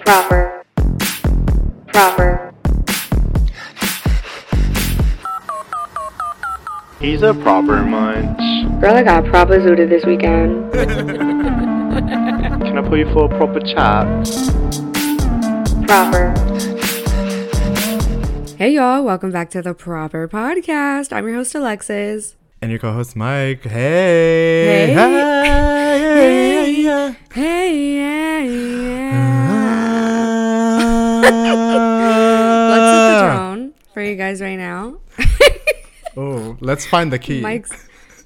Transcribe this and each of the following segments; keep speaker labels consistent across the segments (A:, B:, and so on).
A: proper, proper,
B: He's a proper munch.
A: girl, I got proper zooted this weekend.
B: Can I pull you for a proper chat?
A: Proper,
C: Hey y'all, welcome back to the Proper Podcast. I'm your host Alexis.
D: And your co-host Mike. Hey.
C: Hey.
D: Hey. yeah,
C: Hey, yeah, yeah. Let's hit the
D: yeah.
C: drone for you guys right now.
D: Oh, let's find the key.
C: Mike's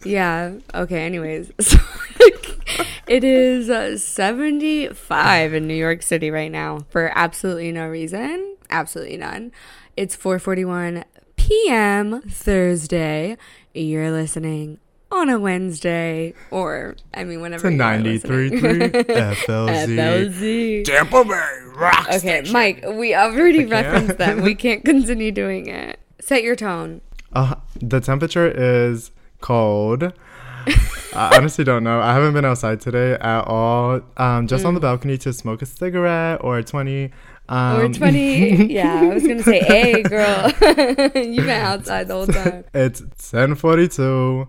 C: Yeah, okay, anyways. So, like, it is uh, 75 in New York City right now for absolutely no reason, absolutely none. It's 4:41 p.m. Thursday. You're listening on a Wednesday or I mean whenever
D: the
C: you are
D: 93.3
C: listening.
D: FLZ.
C: FLZ.
D: Tampa Bay rock
C: Okay, Mike, we already
D: can't.
C: referenced them. We can't continue doing it. Set your tone.
D: Uh, the temperature is cold. I honestly don't know. I haven't been outside today at all. Um, just
C: Mm.
D: on the balcony to smoke a cigarette or a 20. Um,
C: We're 20. yeah, I was going to say, hey, girl, you've been outside the whole time.
D: It's 10:42.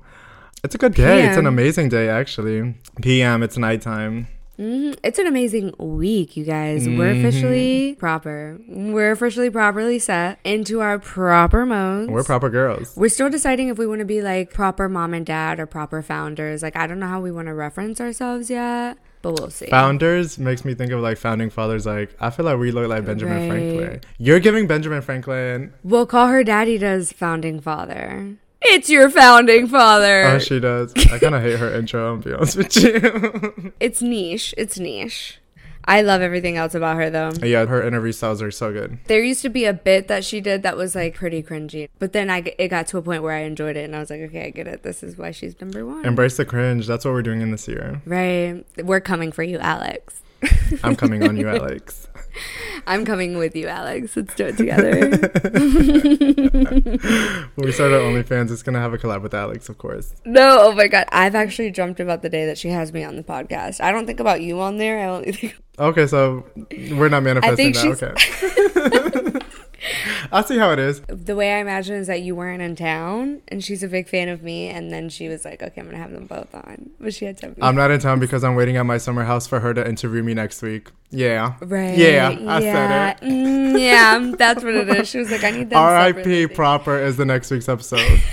D: It's a good day. It's an
C: PM.
D: amazing day actually. PM, it's nighttime.
C: Mhm. It's an amazing week, you guys. We're
D: Mm-hmm.
C: officially proper. We're officially properly set into our proper modes.
D: We're proper girls.
C: We're still deciding if we want to be like proper mom and dad or proper founders. Like, I don't know how we want to reference ourselves yet, but we'll see.
D: Founders makes me think of like founding fathers. Like I feel like we look like
C: Right.
D: Benjamin Franklin. You're giving Benjamin Franklin.
C: We'll call her Daddy Does Founding Father. It's your founding father.
D: Oh, she does. I kind of hate her intro. I'll be honest with you.
C: it's niche. It's niche. I love everything else about her though.
D: yeah, her interview styles are so good.
C: There used to be a bit that she did that was like pretty cringy, but then I g- it got to a point where I enjoyed it and I was like, okay, I get it. This is why she's number one.
D: Embrace the cringe. That's what we're doing in this year.
C: right. We're coming for you, Alex.
D: I'm coming on you, Alex.
C: I'm coming with you, Alex. Let's do it together.
D: When we start our OnlyFans, it's gonna have a collab with Alex, of course.
C: no, oh my god, I've actually dreamt about the day that she has me on the podcast. I don't think about you on there. I only think
D: Okay, so we're not manifesting
C: think
D: that.
C: she's-
D: Okay. I see how it is.
C: the way I imagine is that you weren't in town, and she's a big fan of me, and then she was like, "Okay, I'm gonna have them both on," but she had to. Have me.
D: I'm not in town because I'm waiting at my summer house for her to interview me next week. Yeah.
C: right.
D: Yeah, I said it.
C: Mm, yeah, that's what it is. She was like, "I need them."
D: R.I.P.
C: separately."
D: Proper is the next week's episode.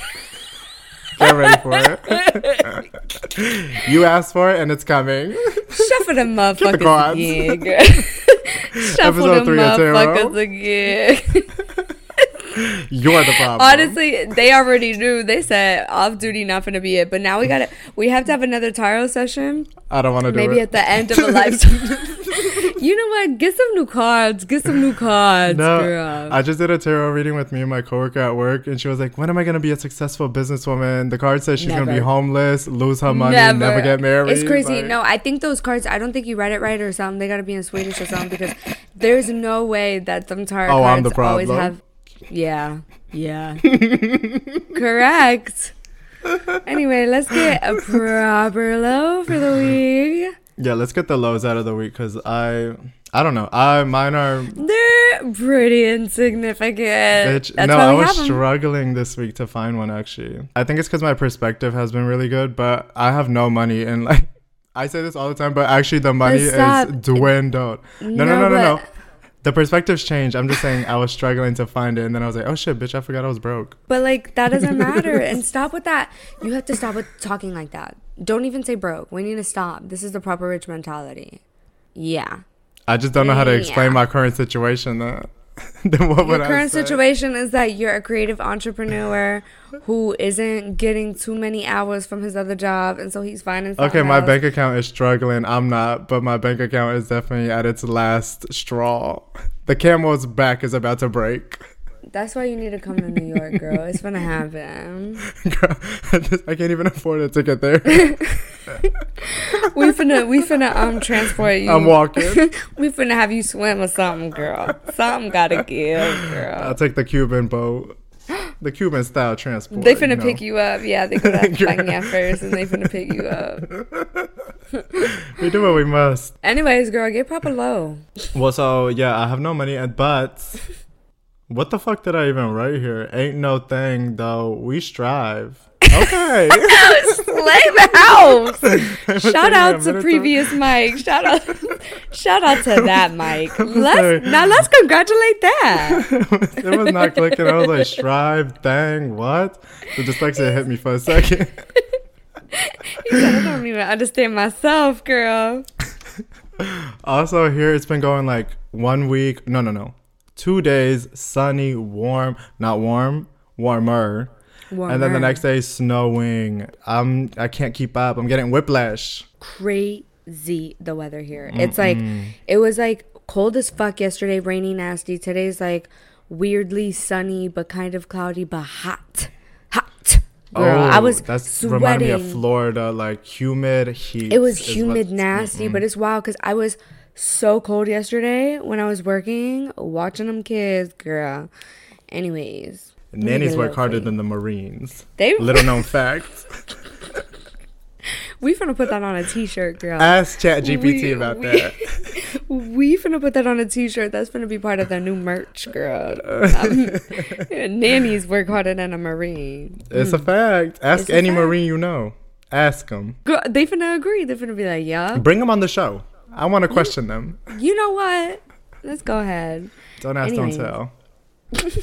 D: Get ready for it. you asked for it and it's coming.
C: Shuffle them motherfuckers
D: cards.
C: again. girl. Shuffle them
D: Episode three of zero.
C: motherfuckers again.
D: You're the problem.
C: Honestly, they already knew. They said off duty, not gonna be it. But now we got to We have to have another tarot session.
D: I don't want to do
C: Maybe
D: it.
C: at the end of a lifetime. you know what? Get some new cards. Get some new cards,
D: no,
C: girl.
D: I just did a tarot reading with me and my coworker at work, and she was like, "When am I gonna be a successful businesswoman?" The card says she's gonna be
C: Never.
D: homeless, lose her money, never, get married.
C: It's crazy.
D: Like,
C: no, I think those cards. I don't think you read it right or something. They got to be in Swedish or something because there's no way that them tarot
D: Oh,
C: cards
D: I'm the
C: always
D: problem.
C: have. Yeah, yeah. Correct. Anyway, let's get a proper low for the week.
D: Yeah, let's get the lows out of the week because I, I don't know. I mine are.
C: They're pretty insignificant.
D: Bitch,
C: That's
D: no,
C: why
D: I
C: we
D: was
C: have 'em.
D: struggling this week to find one actually. I think it's because my perspective has been really good, but I have no money and like I say this all the time, but actually the money
C: stop.
D: is dwindled. No,
C: No,
D: no, no, no, no.
C: but-
D: The perspectives change. I'm just saying I was struggling to find it, and then I was like, oh shit, bitch, I forgot I was broke.
C: But like that doesn't matter. and stop with that. You have to stop with talking like that. Don't even say broke. We need to stop. This is the proper rich mentality. Yeah.
D: I just don't know how to explain
C: Yeah.
D: my current situation. Then, then what would
C: Your
D: I
C: current
D: say?
C: situation is that you're a creative entrepreneur who isn't getting too many hours from his other job, and so he's finding.
D: Okay,
C: something
D: my
C: else.
D: bank account is struggling. I'm not, but my bank account is definitely at its last straw. The camel's back is about to break.
C: That's why you need to come to New York, girl. It's gonna happen.
D: Girl, I can't even afford a ticket there.
C: We finna, we finna um transport you.
D: I'm walking.
C: we finna have you swim or something, girl. Something gotta give, girl.
D: I'll take the Cuban boat, the Cuban style transport.
C: They finna
D: know.
C: pick you up. Yeah, they go to
D: Girl.
C: España first and they finna pick you up.
D: we do what we must.
C: Anyways, girl, get proper low.
D: Well, so yeah, I have no money, and but what the fuck did I even write here? Ain't no thing though. We strive. Okay.
C: Slay the house. shout out to previous Mike. Shout out, shout out to that Mike. Let's now let's congratulate that.
D: it was not clicking. I was like, strive, dang, what? The dyslexia hit me for a second.
C: he said, I don't even understand myself, girl.
D: also, here it's been going like one week. No, no, no. Two days, sunny, warm, not warm, warmer.
C: Warmer.
D: And then the next day, snowing. I'm I can't keep up. I'm getting whiplash.
C: Crazy the weather here.
D: Mm,
C: It's like it was like cold as fuck yesterday, rainy, nasty. Today's like weirdly sunny but kind of cloudy, but hot, hot. Girl, I was
D: reminded Oh, me of
C: sweating.
D: Florida, like humid heat.
C: It was
D: is mm-hmm. what-
C: humid, nasty, but it's wild because I was so cold yesterday when I was working, watching them kids, girl. Anyways, let me
D: Nannies
C: get a
D: work
C: little
D: harder
C: free.
D: than the Marines.
C: They-
D: little known fact.
C: We finna put that on a t-shirt, girl.
D: Ask Chat GPT
C: We-
D: about
C: we-
D: that.
C: we finna put that on a t-shirt. That's finna be part of the new merch, girl. Um, nannies work harder than a marine.
D: It's a fact. Ask
C: It's a
D: any
C: fact.
D: Marine you know. Ask them.
C: Girl, they finna agree. They finna be like, yeah.
D: Bring them on the show. I want to question them.
C: You know what? Let's go ahead.
D: Don't ask,
C: Anyways.
D: don't tell.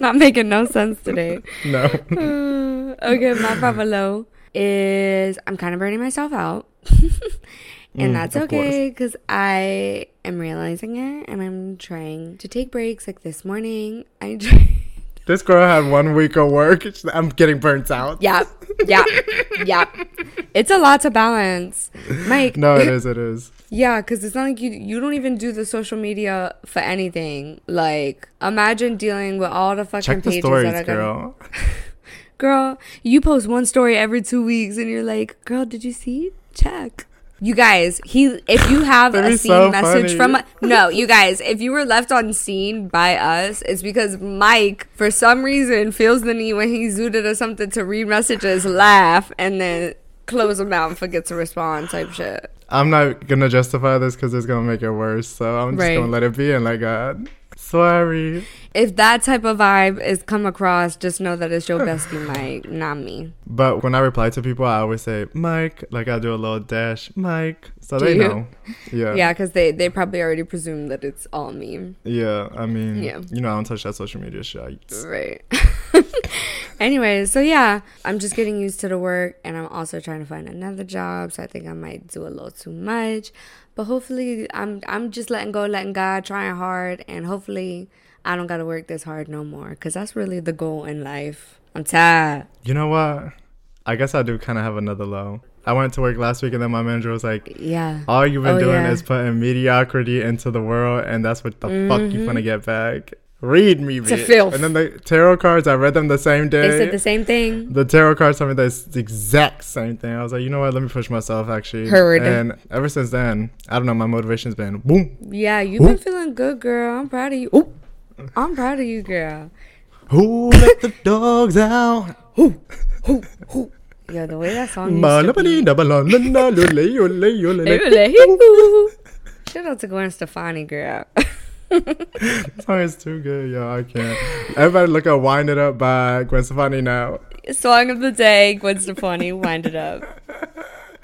C: Not making no sense today.
D: No.
C: Uh, okay, my buffalo is I'm kind of burning myself out. and that's
D: Mm, of course.
C: okay because I am realizing it and I'm trying to take breaks. Like this morning, I.
D: this girl had one week of work. She's like, I'm getting burnt out.
C: Yeah, yeah, yeah. It's a lot to balance, Mike.
D: No, it is. It is.
C: Yeah, because it's not like you you don't even do the social media for anything. Like, imagine dealing with all the fucking
D: Check the
C: pages that
D: stories,
C: are gonna-
D: girl.
C: Girl, you post one story every two weeks, and you're like, "Girl, did you see? Check." You guys, he if you have
D: That'd
C: a
D: be
C: scene
D: so
C: message
D: funny.
C: from no, you guys, if you were left unseen by us, it's because Mike, for some reason, feels the need when he's zooted or something to read messages, laugh, and then close them out and forget to respond type shit.
D: I'm not gonna justify this because it's gonna make it worse. So I'm just
C: Right.
D: gonna let it be and like, God, sorry.
C: If that type of vibe is come across, just know that it's your bestie, Mike, not me.
D: But when I reply to people, I always say Mike. Like I do a little dash, Mike. So
C: Do
D: they
C: you?
D: know. Yeah.
C: Yeah, because they they probably already presume that it's all me.
D: Yeah, I mean,
C: Yeah.
D: you know, I don't touch that social media shit. I-
C: Right. anyway, so yeah, I'm just getting used to the work and I'm also trying to find another job, so I think I might do a little too much. But hopefully I'm I'm just letting go, letting God, trying hard and hopefully I don't got to work this hard no more cuz that's really the goal in life. I'm tired.
D: You know what? I guess I do kind of have another low. I went to work last week and then my manager was like,
C: Yeah.
D: all you've been
C: Oh,
D: doing
C: yeah.
D: is putting mediocrity into the world, and that's what the fuck you gonna get back. Read me, bitch.
C: Mm-hmm. filth.
D: And then the tarot cards, I read them the same day.
C: They said the same thing.
D: The tarot cards told me that's the exact same thing. I was like, you know what? Let me push myself, actually.
C: Heard.
D: And ever since then, I don't know, my motivation's been boom,
C: Yeah, you've been feeling good, girl. I'm proud of you. Ooh. I'm proud of you, girl.
D: who let the dogs out?
C: Yo, the way that song used to be.
D: Malabadi, dabalon, la, la, ole, ole, ole,
C: They
D: ole.
C: were like, "Hee-hoo." Shout out to Gwen Stefani, girl.
D: That song is too good, yo. I can't. Everybody look at Wind It Up by Gwen Stefani now.
C: Song of the day, Gwen Stefani, wind it up.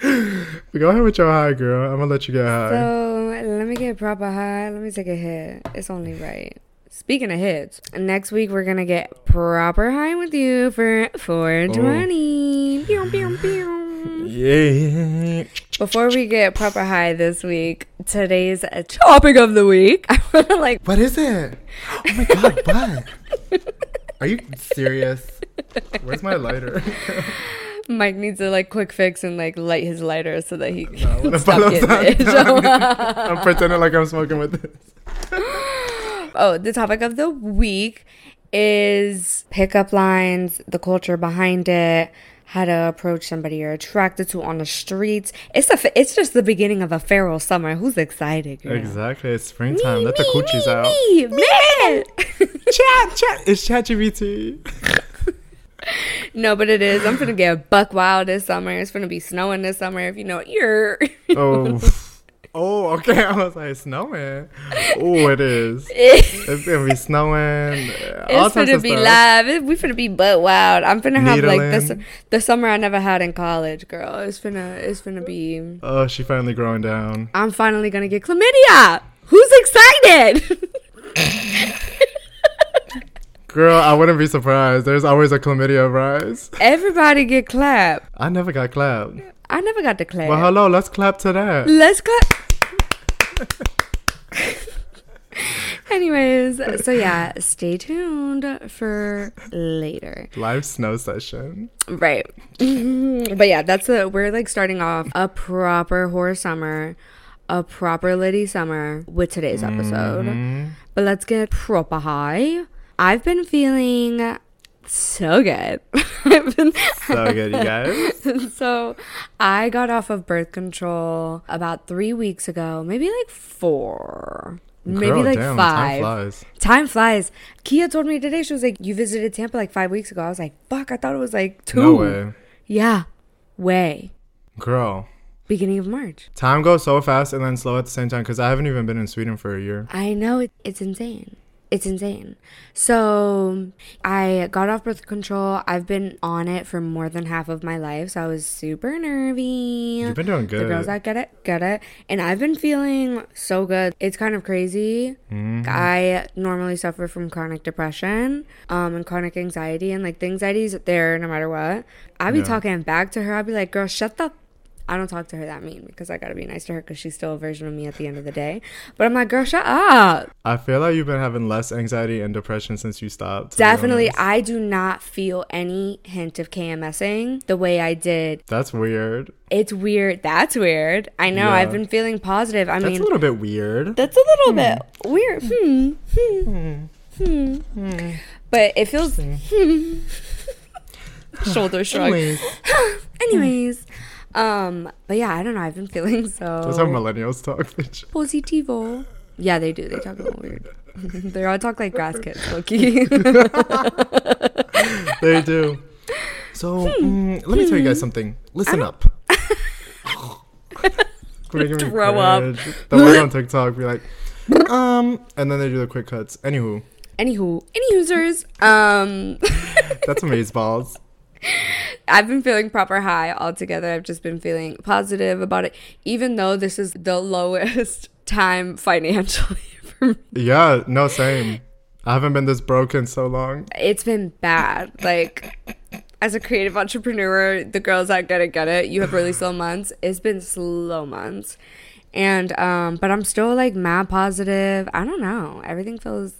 D: But go ahead with your high, girl. I'm gonna let you get high.
C: So let me get proper high. Let me take a hit. It's only right. Speaking of hits, next week we're gonna get proper high with you for Oh. 420. Pew, pew, pew.
D: yeah.
C: Before we get proper high this week, today's topic of the week. I wanna like
D: What is it? Oh my god, what? Are you serious? Where's my lighter?
C: Mike needs a like quick fix and like light his lighter so that he
D: I wanna
C: can
D: follow
C: stop getting
D: that.
C: it.
D: I'm pretending like I'm smoking with this.
C: Oh, the topic of the week is pickup lines, the culture behind it, how to approach somebody you're attracted to on the streets. It's a, it's just the beginning of a feral summer. Who's excited? Girl?
D: Exactly. It's springtime. Let the coochies out.
C: Me, me.
D: Chat, chat. It's ChatGPT.
C: No, but it is. I'm gonna get buck wild this summer. It's gonna be snowing this summer. If you know it, you're.
D: Oh. Oh, okay. I was like snowing. Oh, it is. it's gonna be snowing.
C: It's gonna be live. It, we finna be butt wild. I'm finna have like this the summer I never had in college, girl. It's finna it's finna be.
D: Oh, she finally growing down.
C: I'm finally gonna get chlamydia. Who's excited?
D: Girl, I wouldn't be surprised. There's always a chlamydia rise.
C: Everybody get clapped.
D: I never got clapped.
C: I never got to clap.
D: Well, hello. Let's clap to that.
C: Let's clap. Anyways, so yeah, stay tuned for later.
D: Live snow session.
C: Right. but yeah, that's a we're like starting off a proper horror summer, a proper litty summer with today's episode. Mm-hmm. But let's get proper high. I've been feeling so good.
D: been, so good, you guys.
C: so I got off of birth control about three weeks ago, maybe like four. Girl, maybe like damn, five. Time flies. Time flies. Kia told me today, she was like, You visited Tampa like five weeks ago. I was like, Fuck, I thought it was like two.
D: No way.
C: Yeah. Way.
D: Girl.
C: Beginning of March.
D: Time goes so fast and then slow at the same time because I haven't even been in Sweden for a year.
C: I know. It, it's insane it's insane. So I got off birth control. I've been on it for more than half of my life, so I was super nervy.
D: You've been doing good.
C: The girls that get it, get it. And I've been feeling so good. It's kind of crazy. Mm-hmm. I normally suffer from chronic depression um, and chronic anxiety, and like the anxiety's there no matter what. I'd be yeah. talking back to her. I'd be like, girl, shut the I don't talk to her that mean because I gotta be nice to her because she's still a version of me at the end of the day. But I'm like, girl, shut up.
D: I feel like you've been having less anxiety and depression since you stopped.
C: Definitely, I do not feel any hint of KMSing the way I did.
D: That's weird.
C: It's weird. That's weird. I know. Yeah. I've been feeling positive. I
D: that's
C: mean,
D: a little bit weird.
C: That's a little hmm. bit weird. Hmm. Hmm. Hmm. hmm. But it feels. Hmm. Shoulder shrug. Anyways. Anyways. Um, but yeah, I don't know. I've been feeling so.
D: That's how millennials talk, bitch.
C: Positivo. Yeah, they do. They talk a little weird. they all talk like grass kids, Loki.
D: they do. So hmm. mm, let me tell you guys something. Listen up.
C: Throw up.
D: The one on TikTok be like, um, and then they do the quick cuts. Anywho.
C: Anywho. Any users. Um.
D: That's amazeballs. balls.
C: I've been feeling proper high altogether. I've just been feeling positive about it, even though this is the lowest time financially for me.
D: Yeah, no, same. I haven't been this broke in so long.
C: It's been bad. Like, as a creative entrepreneur, the girls that get it get it. You have really slow months. It's been slow months. And, um, but I'm still like mad positive. I don't know. Everything feels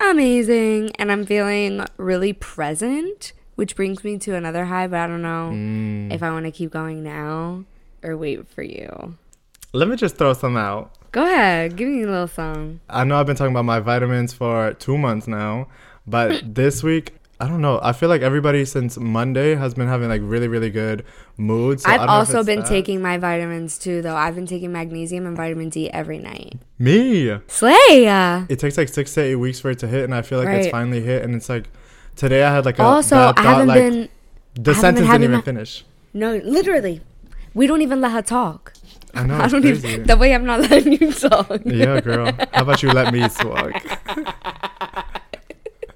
C: amazing. And I'm feeling really present which brings me to another high, but I don't know mm. if I want to keep going now or wait for you.
D: Let me just throw some out.
C: Go ahead, give me a little song.
D: I know I've been talking about my vitamins for two months now, but this week, I don't know. I feel like everybody since Monday has been having like really, really good moods. So
C: I've also been that. taking my vitamins too, though. I've been taking magnesium and vitamin D every night.
D: Me?
C: Slay!
D: It takes like six to eight weeks for it to hit, and I feel like right. it's finally hit, and it's like today I had like a
C: also I haven't
D: like,
C: been
D: the sentence been didn't even that. finish.
C: No, literally, we don't even let her talk.
D: I know. I don't crazy. even.
C: That way, I'm not letting you talk.
D: Yeah, girl. How about you let me talk?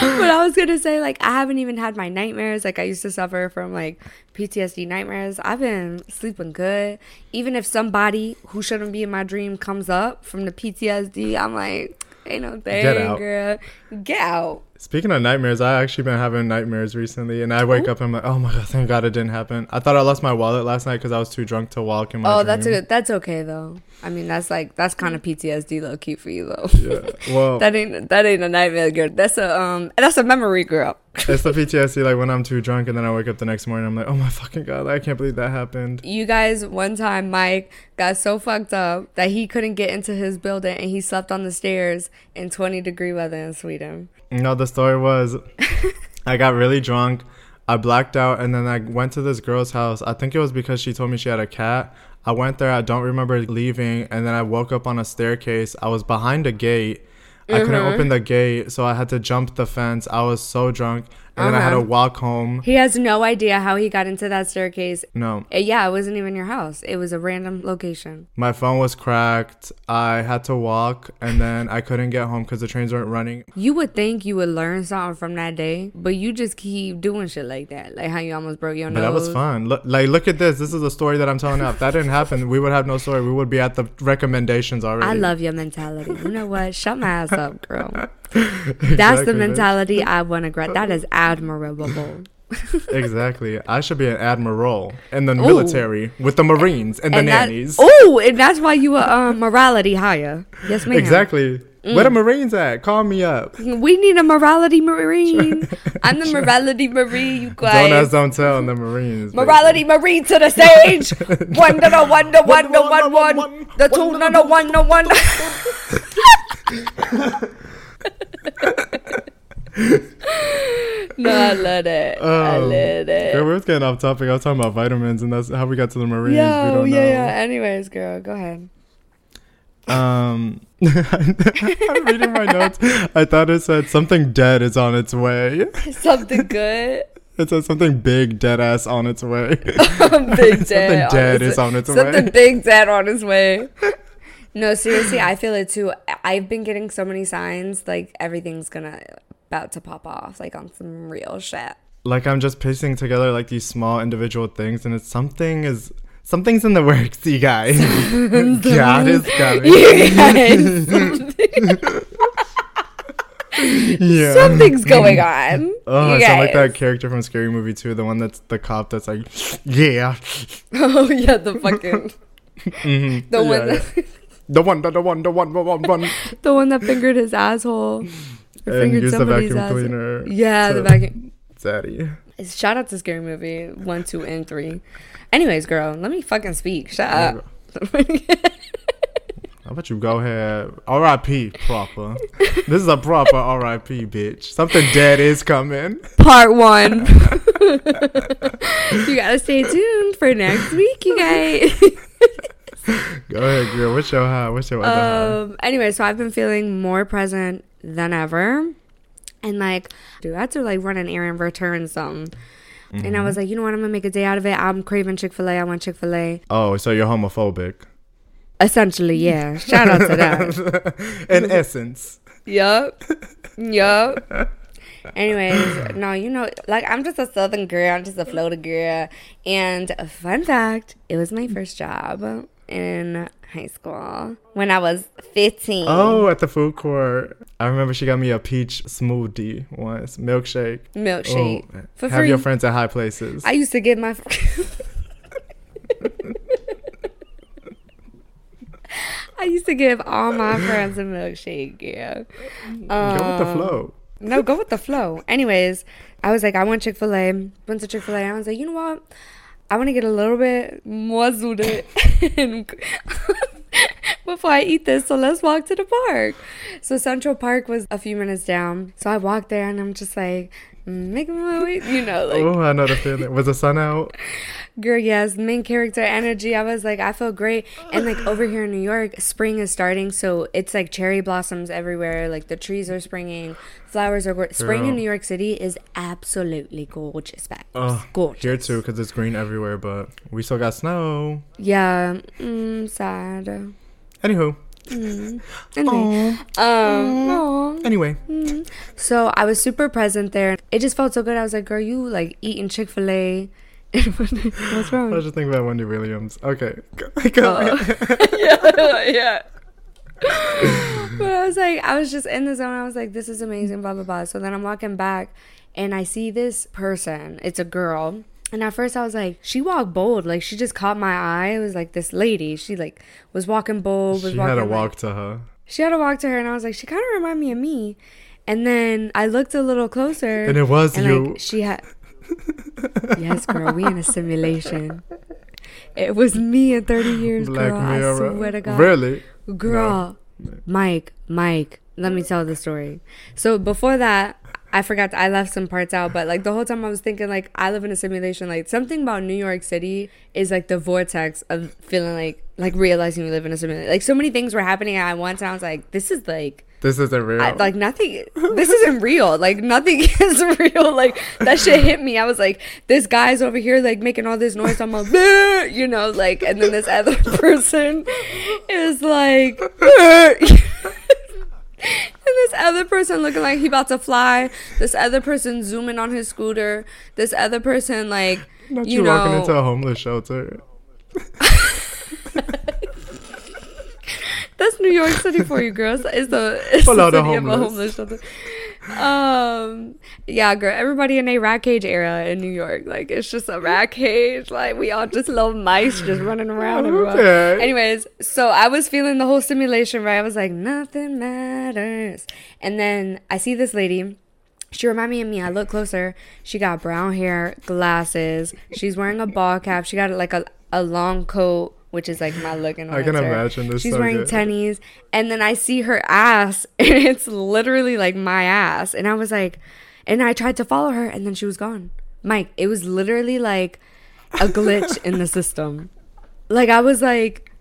C: but I was gonna say, like, I haven't even had my nightmares. Like, I used to suffer from like PTSD nightmares. I've been sleeping good. Even if somebody who shouldn't be in my dream comes up from the PTSD, I'm like, ain't no thing, Get out. girl. Get out.
D: Speaking of nightmares, I actually been having nightmares recently, and I wake Ooh. up and I'm like, oh my god, thank God it didn't happen. I thought I lost my wallet last night because I was too drunk to walk in my.
C: Oh,
D: dream.
C: that's a, that's okay though. I mean, that's like that's kind of PTSD low key for you though.
D: Yeah, Uh, well,
C: that ain't that ain't a nightmare, girl. That's a um, that's a memory, girl.
D: it's the PTSD like when I'm too drunk and then I wake up the next morning, I'm like, oh my fucking god, I can't believe that happened.
C: You guys, one time Mike got so fucked up that he couldn't get into his building and he slept on the stairs in 20 degree weather in Sweden.
D: No, the story was I got really drunk. I blacked out and then I went to this girl's house. I think it was because she told me she had a cat. I went there. I don't remember leaving. And then I woke up on a staircase. I was behind a gate. Mm-hmm. I couldn't open the gate. So I had to jump the fence. I was so drunk. and then I had to
C: Uh-huh.
D: walk home.
C: He has no idea how he got into that staircase.
D: No,
C: Uh, Yeah, it wasn't even your house. It was a random location.
D: my phone was cracked. I had to walk, and then I couldn't get home because the trains weren't running.
C: You would think you would learn something from that day, but you just keep doing shit like that. Like how you almost broke your
D: But
C: nose.
D: that was fun. Look, like, look at this. This is a story that I'm telling now. If that didn't happen, we would have no story. We would be at the recommendations already.
C: I love your mentality. You know what? Shut my ass up, girl. That's
D: Exactly,
C: the
D: bitch.
C: mentality I want to grab. That is admirable.
D: Exactly. I should be an admiral in the military with the Marines and the nannies.
C: Oh, and that's why you were um, morality higher. Yes, ma'am.
D: Exactly. Where the
C: Mm.
D: Marines at? Call me up.
C: We need a morality marine. I'm the morality marine. You guys.
D: Don't ask, don't tell, and the Marines. baby.
C: Morality Marie to the stage. One to the one to one to one one. The two to the one to one. No, I love it. I
D: Um,
C: love
D: Girl,
C: it.
D: we was getting off topic. I was talking about vitamins, and that's how we got to the Marines. we
C: Yo,
D: don't
C: yeah, yeah.
D: know.
C: Anyways, girl, go ahead.
D: Um, I'm reading my notes. I thought it said something dead is on its way.
C: Something good.
D: It said something big, dead ass on its way.
C: Big
D: Something
C: dad.
D: dead
C: on his-
D: is on its
C: Something
D: way.
C: big dad on his way. No, seriously, I feel it too. I- I've been getting so many signs like everything's gonna about to pop off, like on some real shit.
D: like I'm just piecing together like these small individual things, and it's something is something's in the works, you guys. God is coming.
C: Yes.
D: Yeah.
C: Something's going on.
D: Oh, I
C: You
D: sound like
C: guys.
D: that character from Scary Movie 2, the one that's the cop that's like, yeah,
C: Oh yeah, the fucking
D: mhm,
C: the
D: yeah,
C: one
D: yeah.
C: that,
D: the one, the, the one, the one, the one, one,
C: the one that fingered his asshole. Or
D: and use the vacuum
C: asshole.
D: cleaner.
C: Yeah,
D: to-
C: the vacuum.
D: Daddy.
C: Shout out to Scary Movie one, two, and three. Anyways, girl, let me fucking speak. Shut up.
D: How about you go ahead? R.I.P. proper. this is a proper R.I.P. bitch. Something dead is coming.
C: Part one. you gotta stay tuned for next week, you guys.
D: Go ahead, girl. What's your high? What's your other
C: Um. Anyway, so I've been feeling more present than ever, and like, dude, I had to like run an errand, return something, and I was like, you know what, I'm gonna make a day out of it. I'm craving Chick Fil A. I want Chick Fil A.
D: high? Oh, so you're homophobic.
C: Essentially, yeah. Shout out to that.
D: In essence.
C: yup. Yup. Anyways, no, you know, like I'm just a southern girl, I'm just a Florida girl. And a fun fact, it was my first job in high school when I was 15.
D: Oh, at the food court. I remember she got me a peach smoothie once, milkshake.
C: milkshake.
D: Oh,
C: for
D: have
C: free.
D: your friends at high places.
C: I used to get my. I used to give all my friends a milkshake. Yeah.
D: Go with the
C: Um,
D: flow.
C: No, go with the flow. Anyways, I was like, I want Chick Fil A. Went to Chick Fil A. I was like, you know what? I want to get a little bit more zooted and- before I eat this. So let's walk to the park. So Central Park was a few minutes down. So I walked there and I'm just like, "Mm, making my way, you know, like
D: Oh, I know the feeling. Was the sun out?
C: girl yes main character energy i was like i feel great and like over here in new york spring is starting so it's like cherry blossoms everywhere like the trees are springing flowers are gorgeous spring
D: Girl.
C: in new york city is absolutely gorgeous back
D: Oh,
C: gorgeous
D: Here too, because it's green everywhere, but we still got snow.
C: yeah mm, sad
D: Anywho,
C: anyway, um aw.
D: anyway.
C: Hmm. So I was super present there. It just felt so good. I was like, "Girl, you like eating Chick Fil A." What's
D: I was
C: wrong?
D: just thinking about Wendy Williams. Okay. Go- go
C: Uh,
D: ahead.
C: yeah, yeah. but I was like, I was just in the zone. I was like, this is amazing, blah, blah, blah. So then I'm walking back and I see this person. It's a girl. And at first I was like, she walked bold. Like she just caught my eye. It was like this lady. She like was walking bold. Was
D: She
C: walking,
D: had a
C: like-
D: walk to her.
C: she had a walk to her and I was like, she kind of remind me of me. And then I looked a little closer.
D: And it was
C: and,
D: you.
C: Like, she had Yes, girl, we in a simulation. It was me in 30 years, girl. I swear to God.
D: Really?
C: Girl, Mike, Mike, let me tell the story. So before that, I forgot I left some parts out, but like the whole time I was thinking like I live in a simulation. Like something about New York City is like the vortex of feeling like like realizing you live in a simulation. Like so many things were happening at once, and I was like, this is like
D: This isn't real.
C: I- like nothing this isn't real like nothing is real like that shit hit me i was like this guy's over here like making all this noise i'm like "Bleh," you know like and then this other person is like "Bleh." And this other person looking like he about to fly. This other person zooming on his scooter. This other person like
D: Not
C: you
D: you,
C: know.
D: walking into a homeless shelter.
C: That's New York City for you, girls. It's the it's
D: Pull
C: the
D: out
C: city
D: a
C: of a homeless
D: homeless.
C: shelter. Um, yeah, girl. Everybody in a rat cage era in New York, like it's just a rat cage. Like we all just little mice just running around. everywhere.
D: Okay.
C: Anyways, so I was feeling the whole stimulation, right? I was like, nothing matters. And then I see this lady. She reminded me of me. I look closer. She got brown hair, glasses. She's wearing a ball cap. She got like a, a long coat, which is like my look. In a
D: I can
C: winter.
D: imagine this
C: She's
D: so
C: wearing
D: good.
C: tennies, and then I see her ass, and it's literally like my ass. And I was like, and I tried to follow her, and then she was gone. Mike, it was literally like a glitch in the system. Like I was like,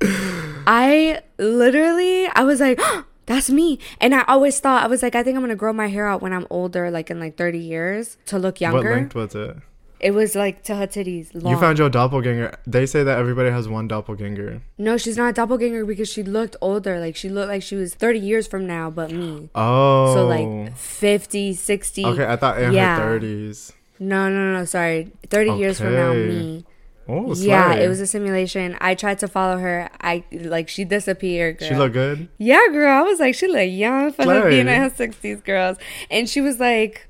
C: I literally, I was like, that's me. And I always thought I was like, I think I'm gonna grow my hair out when I'm older, like in like 30 years, to look
D: What
C: younger.
D: linked was it?
C: It was like to her titties. Long.
D: You found your doppelganger. They say that everybody has one doppelganger.
C: no, she's not a doppelganger because she looked older. Like she looked like she was 30 years from now, but me.
D: Oh.
C: So like 50, 60.
D: Okay, I thought in
C: Yeah.
D: her thirties.
C: No, no, no, sorry. 30 years from now,
D: Okay.
C: me.
D: Oh,
C: Yeah,
D: slay.
C: it was a simulation. I tried to follow her. I like she disappeared. Girl.
D: She looked good.
C: Yeah, girl. I was like, she look young for her being
D: Slay.
C: in her sixties, girls. And she was like,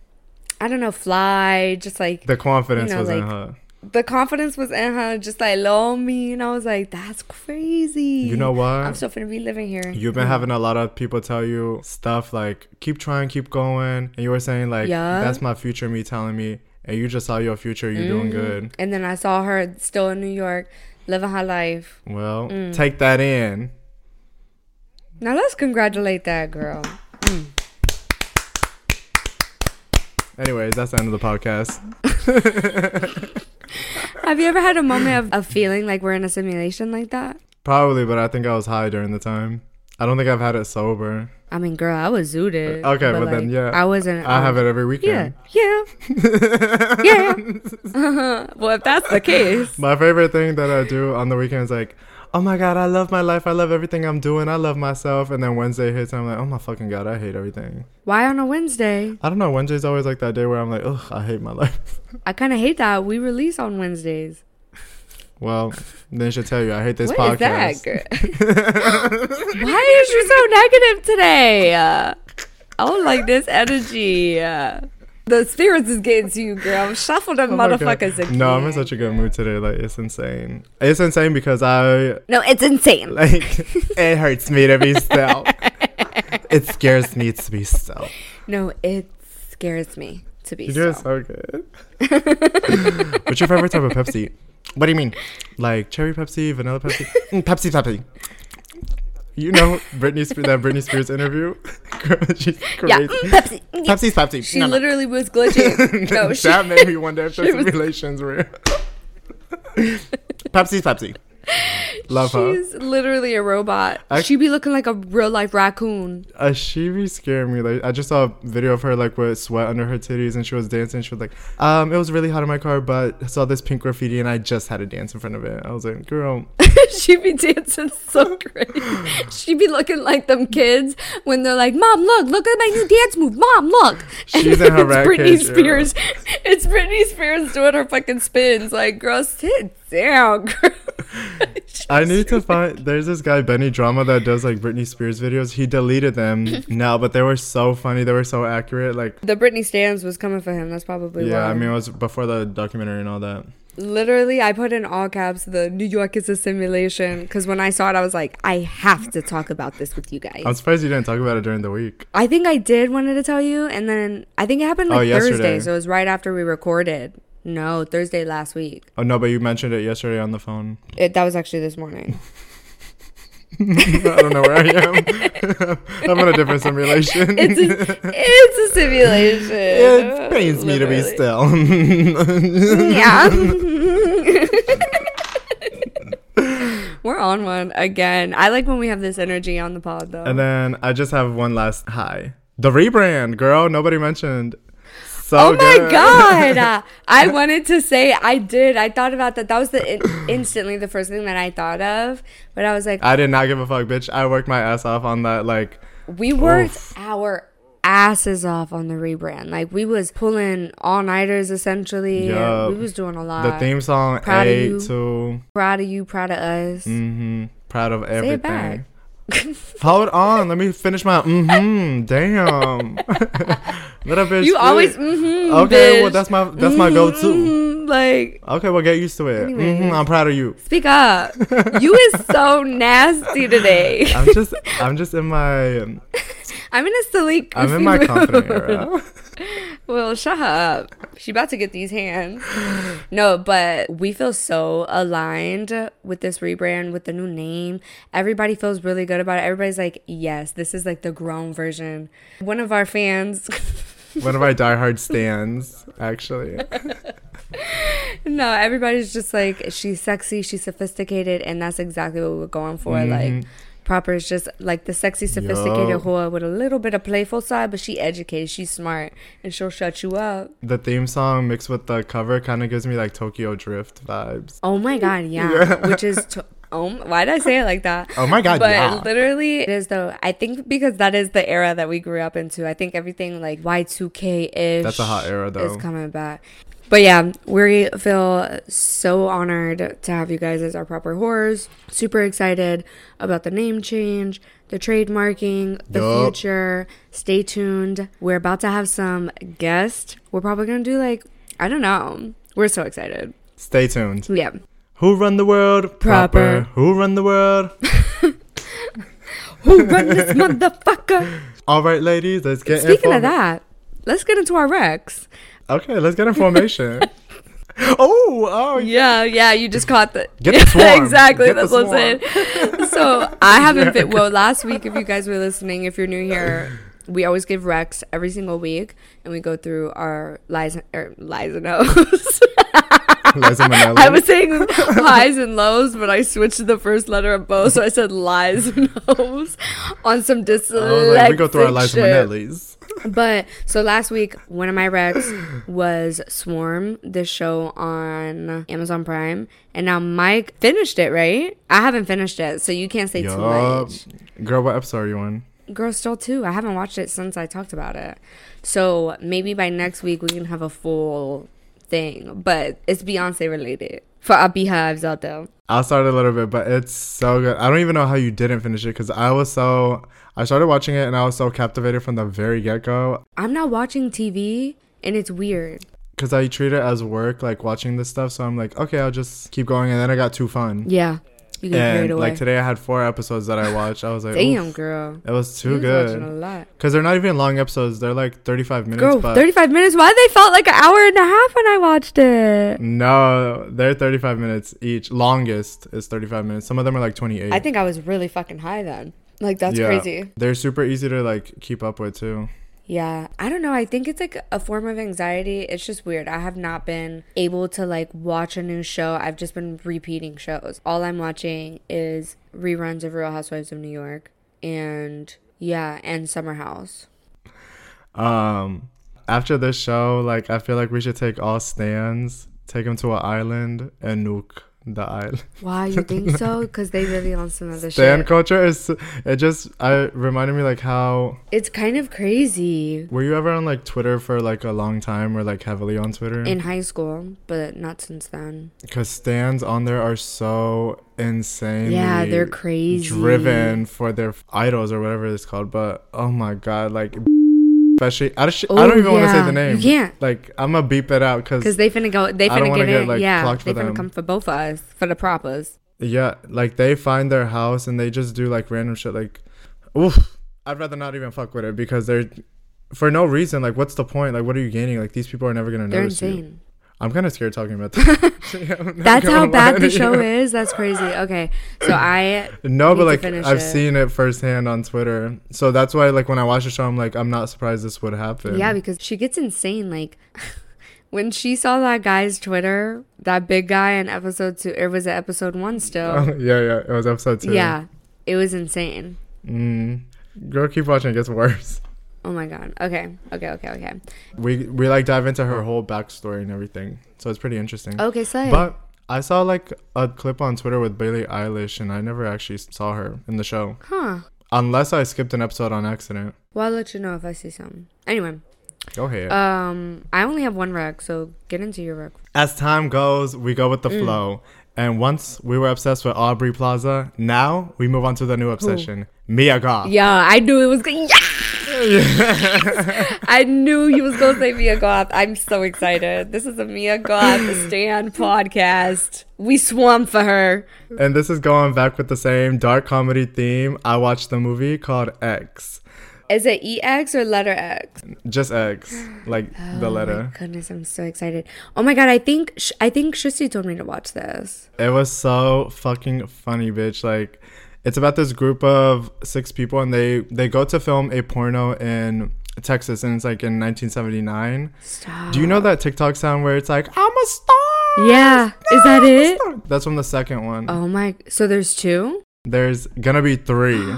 C: I don't know, fly, just like
D: The confidence
C: You know,
D: was in
C: like-
D: her.
C: the confidence was in her, just like low me. And I was like, that's crazy.
D: You know what?
C: I'm still gonna be living here.
D: You've been having a lot of people tell you stuff like keep trying, keep going, and you were saying like
C: Yeah.
D: that's my future me telling me, and you just saw your future. You're doing
C: Mm.
D: good.
C: and then I saw her still in New York, living her life.
D: Well,
C: Mm.
D: take that in.
C: Now let's congratulate that girl.
D: Anyways, that's the end of the podcast.
C: Have you ever had a moment of, of feeling like we're in a simulation like that?
D: Probably, but I think I was high during the time. I don't think I've had it sober.
C: I mean, girl, I was zooted.
D: Okay, but then, yeah.
C: I wasn't.
D: I have it every
C: Uh, Yeah,
D: weekend.
C: yeah, yeah. Uh-huh. Well, if that's the case,
D: My favorite thing that I do on the weekend is like, oh my god, I love my life. I love everything I'm doing. I love myself. And then Wednesday hits, and I'm like, oh my fucking god, I hate everything.
C: why on a Wednesday?
D: I don't know. Wednesday's always like that day where I'm like, ugh, I hate my life.
C: I kind of hate that we release on Wednesdays.
D: Well, then it should tell you I hate this
C: What is that,
D: podcast.
C: girl? why is you so negative today? Uh, I don't like this energy. Uh, the spirits is getting to you, girl. Shuffle them
D: Oh my God.
C: motherfuckers again.
D: No, I'm in such a good mood today. Like it's insane. It's insane because I
C: No, it's insane.
D: like it hurts me to be still. it scares me to be still.
C: No, it scares me to be
D: You do it
C: so.
D: so good. What's your favorite type of Pepsi? What do you mean? Like cherry Pepsi, vanilla Pepsi, Mm, Pepsi Pepsi. You know Britney Spears, that Britney Spears interview? Girl, she's crazy.
C: Yeah, mm, Pepsi. Mm, yeah.
D: Pepsi's Pepsi.
C: She
D: No, no.
C: literally was glitching. No, she,
D: that made me wonder if the
C: she was-
D: simulations were. Pepsi's Pepsi. Love her.
C: she's literally a robot.
D: I-
C: she be looking like a real life raccoon.
D: Uh, she be scaring me. Like I just saw a video of her like with sweat under her titties, and she was dancing. She was like, "Um, it was really hot in my car, but I saw this pink graffiti, and I just had to dance in front of it." I was like, "Girl,
C: she be dancing so great. She be looking like them kids when they're like, "Mom, look, look at my new dance move. Mom, look."
D: She's in her
C: it's
D: rat
C: Britney
D: cage era.
C: Spears. It's Britney Spears doing her fucking spins. Like, girl, sit down, girl.
D: I need to find." There's this guy Benny Drama that does like Britney Spears videos. He deleted them now, but they were so funny. They were so accurate. Like,
C: The Britney stands was coming for him. That's probably
D: yeah,
C: why.
D: I mean, it was before the documentary and all that.
C: Literally, I put in all caps the New York is a simulation because when I saw it, I was like, I have to talk about this with you guys.
D: I'm surprised you didn't talk about it during the week.
C: I think I did wanted to tell you, and then I think it happened
D: Oh,
C: like Thursday,
D: yesterday.
C: so it was right after we recorded. No, Thursday last week.
D: Oh no, but you mentioned it yesterday on the phone.
C: It, that was actually this morning.
D: I don't know where I am. I'm in a different simulation.
C: It's a, it's a simulation.
D: it pains me to be
C: Literally.
D: still.
C: Yeah. We're on one again. I like when we have this energy on the pod, though.
D: And then I just have one last high. The rebrand, girl. Nobody mentioned. So
C: oh my
D: good.
C: god! Uh, I wanted to say I did. I thought about that. That was the in- instantly the first thing that I thought of. But I was like,
D: I did not give a fuck, bitch. I worked my ass off on that. Like,
C: we worked
D: Oof.
C: our asses off on the rebrand. Like we was pulling all nighters essentially. and
D: Yup.
C: We was doing a lot.
D: the theme song,
C: Proud of
D: A
C: you.
D: to
C: Proud of you. Proud of us.
D: mm-hmm, proud of
C: Say it back.
D: everything. Hold on, let me finish my mm-hmm. Damn, little bitch.
C: you
D: do
C: always
D: it.
C: mm-hmm,
D: okay,
C: bitch.
D: well that's my that's my
C: Mhm,
D: go-to.
C: mhm, Like
D: Okay, well get used to it.
C: Anyways.
D: hmm I'm proud of you.
C: speak up. you is so nasty today.
D: I'm just I'm just in my
C: I'm in a silly.
D: I'm in
C: goofy
D: my
C: mood.
D: confident era.
C: Well, shut her up. She about to get these hands. No, but we feel so aligned with this rebrand, with the new name. Everybody feels really good about it. Everybody's like, yes, this is like the grown version. One of our fans,
D: One of my diehard stands, actually.
C: no, everybody's just like, she's sexy, she's sophisticated, and that's exactly what we were going for. Like, proper is just like the sexy, sophisticated
D: Yup.
C: whore with a little bit of playful side, but she educated, she's smart, and she'll shut you up.
D: The theme song mixed with the cover kind of gives me like Tokyo Drift vibes.
C: Oh my god, yeah. Which is to- oh, m- why did I say it like that?
D: Oh my God,
C: But
D: yeah.
C: literally, it is though. I think because that is the era that we grew up into. I think everything like Y two K ish.
D: That's a hot era, though.
C: Is coming back. But yeah, we feel so honored to have you guys as our proper whores. Super excited about the name change, the trademarking, the
D: Yup.
C: future. Stay tuned. We're about to have some guests. We're probably gonna do like I don't know. We're so excited.
D: Stay tuned.
C: Yeah.
D: Who run the world?
C: Proper.
D: Who run the world?
C: Who run this Oh, motherfucker?
D: All right, ladies, let's get
C: Speaking of
D: informa-
C: that, let's get into our Rex.
D: Okay, let's get information. oh, oh, yeah.
C: Yeah, yeah, you just caught the
D: Get the swarm.
C: exactly.
D: Get the
C: that's what I'm saying. So I haven't been well last week. If you guys were listening, if you're new here, we always give Rex every single week, and we go through our lies or lies and O's.
D: Liza Minnelli.
C: I was saying highs and lows, but I switched the first letter of both, so I said lies and O's on some dyslexic.
D: Oh, like, we go through our Liza
C: shit.
D: Minnelli's.
C: But so last week, one of my recs was Swarm, the show on Amazon Prime, and now Mike finished it. Right? I haven't finished it, so you can't say too
D: Yup.
C: much.
D: Girl, what episode are you on?
C: Girl, still too. I haven't watched it since I talked about it, so maybe by next week we can have a full thing. But it's Beyonce related for our beehives out there.
D: I'll start a little bit, but it's so good. I don't even know how you didn't finish it because I was so. I started watching it and I was so captivated from the very get go
C: I'm not watching TV, and it's weird.
D: because I treat it as work, like watching this stuff. So I'm like, okay, I'll just keep going. And then I got too fun.
C: Yeah, you can carry it
D: And
C: away.
D: like today, I had four episodes that I watched. I was like,
C: Damn,
D: oof,
C: girl,
D: it was
C: you
D: too
C: was watching a
D: good.
C: lot.
D: Because they're not even long episodes, they're like 35 minutes.
C: Girl,
D: but
C: 35 minutes? Why they felt like an hour and a half when I watched it?
D: No, they're 35 minutes each. Longest is 35 minutes. Some of them are like 28.
C: I think I was really fucking high then. Like, that's
D: Yeah.
C: crazy.
D: They're super easy to like keep up with too.
C: Yeah. I don't know. I think it's like a form of anxiety. It's just weird. I have not been able to like watch a new show. I've just been repeating shows. All I'm watching is reruns of Real Housewives of New York and, yeah, and Summer House.
D: Um, after this show, like I feel like we should take all stands, take them to an island, and nuke the island.
C: Why you think so? Because they really on some other
D: Stand
C: shit.
D: culture is it just I reminded me like how
C: it's kind of crazy
D: were you ever on like Twitter for like a long time or like heavily on Twitter?
C: in high school, but not since then.
D: Because stands on there are so insane.
C: Yeah, they're crazy.
D: Driven for their idols or whatever it's called, but oh my god, like especially I, just, I
C: Oh,
D: don't even want to say
C: yeah.
D: the name.
C: You can't.
D: Like I'm gonna beep it out because
C: Cause they finna go, they
D: I don't
C: finna
D: wanna
C: get,
D: get,
C: it,
D: like,
C: yeah.
D: clocked
C: They
D: for
C: finna
D: them.
C: come for both of us for the proppers.
D: Yeah, like they find their house and they just do like random shit. Like, oof, I'd rather not even fuck with it because they're for no reason. Like, what's the point? Like, what are you gaining? Like, these people are never gonna
C: They're
D: notice you.
C: insane.
D: I'm kind of scared talking about that.
C: That's how bad the show is. That's crazy. Okay, so I
D: No,
C: need
D: but
C: to
D: like
C: finish
D: I've
C: it.
D: seen it firsthand on Twitter, so that's why like when I watch the show, I'm like, I'm not surprised this would happen.
C: yeah because she gets insane. Like when she saw that guy's Twitter, that big guy in episode two, or was it episode one still?
D: Oh, yeah, yeah. It was episode two.
C: Yeah, it was insane.
D: Mm. Girl, keep watching. It gets worse.
C: Oh my god. Okay. Okay. Okay. Okay.
D: We we like dive into her whole backstory and everything, so it's pretty interesting.
C: Okay. Slay.
D: But I saw like a clip on Twitter with Bailey Eilish, and I never actually saw her in the show,
C: huh?
D: unless I skipped an episode on accident.
C: Well, I'll let you know if I see something. Anyway,
D: Go ahead.
C: um, I only have one rec, so get into your rec.
D: As time goes, we go with the
C: Mm.
D: flow. And once we were obsessed with Aubrey Plaza, now we move on to the new obsession, Mia Goth.
C: Yeah, I knew it was going. Yeah. I knew you was gonna say Mia Goth. I'm so excited. This is a Mia Goth stand podcast. We swam for her.
D: And this is going back with the same dark comedy theme. I watched the movie called X.
C: Is it EX or letter X?
D: Just X, like the
C: Oh
D: letter.
C: Goodness, I'm so excited. Oh my god, I think sh- I think Shusi told me to watch this.
D: It was so fucking funny, bitch. Like it's about this group of six people and they they go to film a porno in Texas and it's like in 1979.
C: Stop.
D: Do you know that TikTok sound where it's like I'm a star?
C: Yeah, is that
D: I'm a
C: it?
D: star." That's from the second one.
C: Oh my. So there's two.
D: There's gonna be three.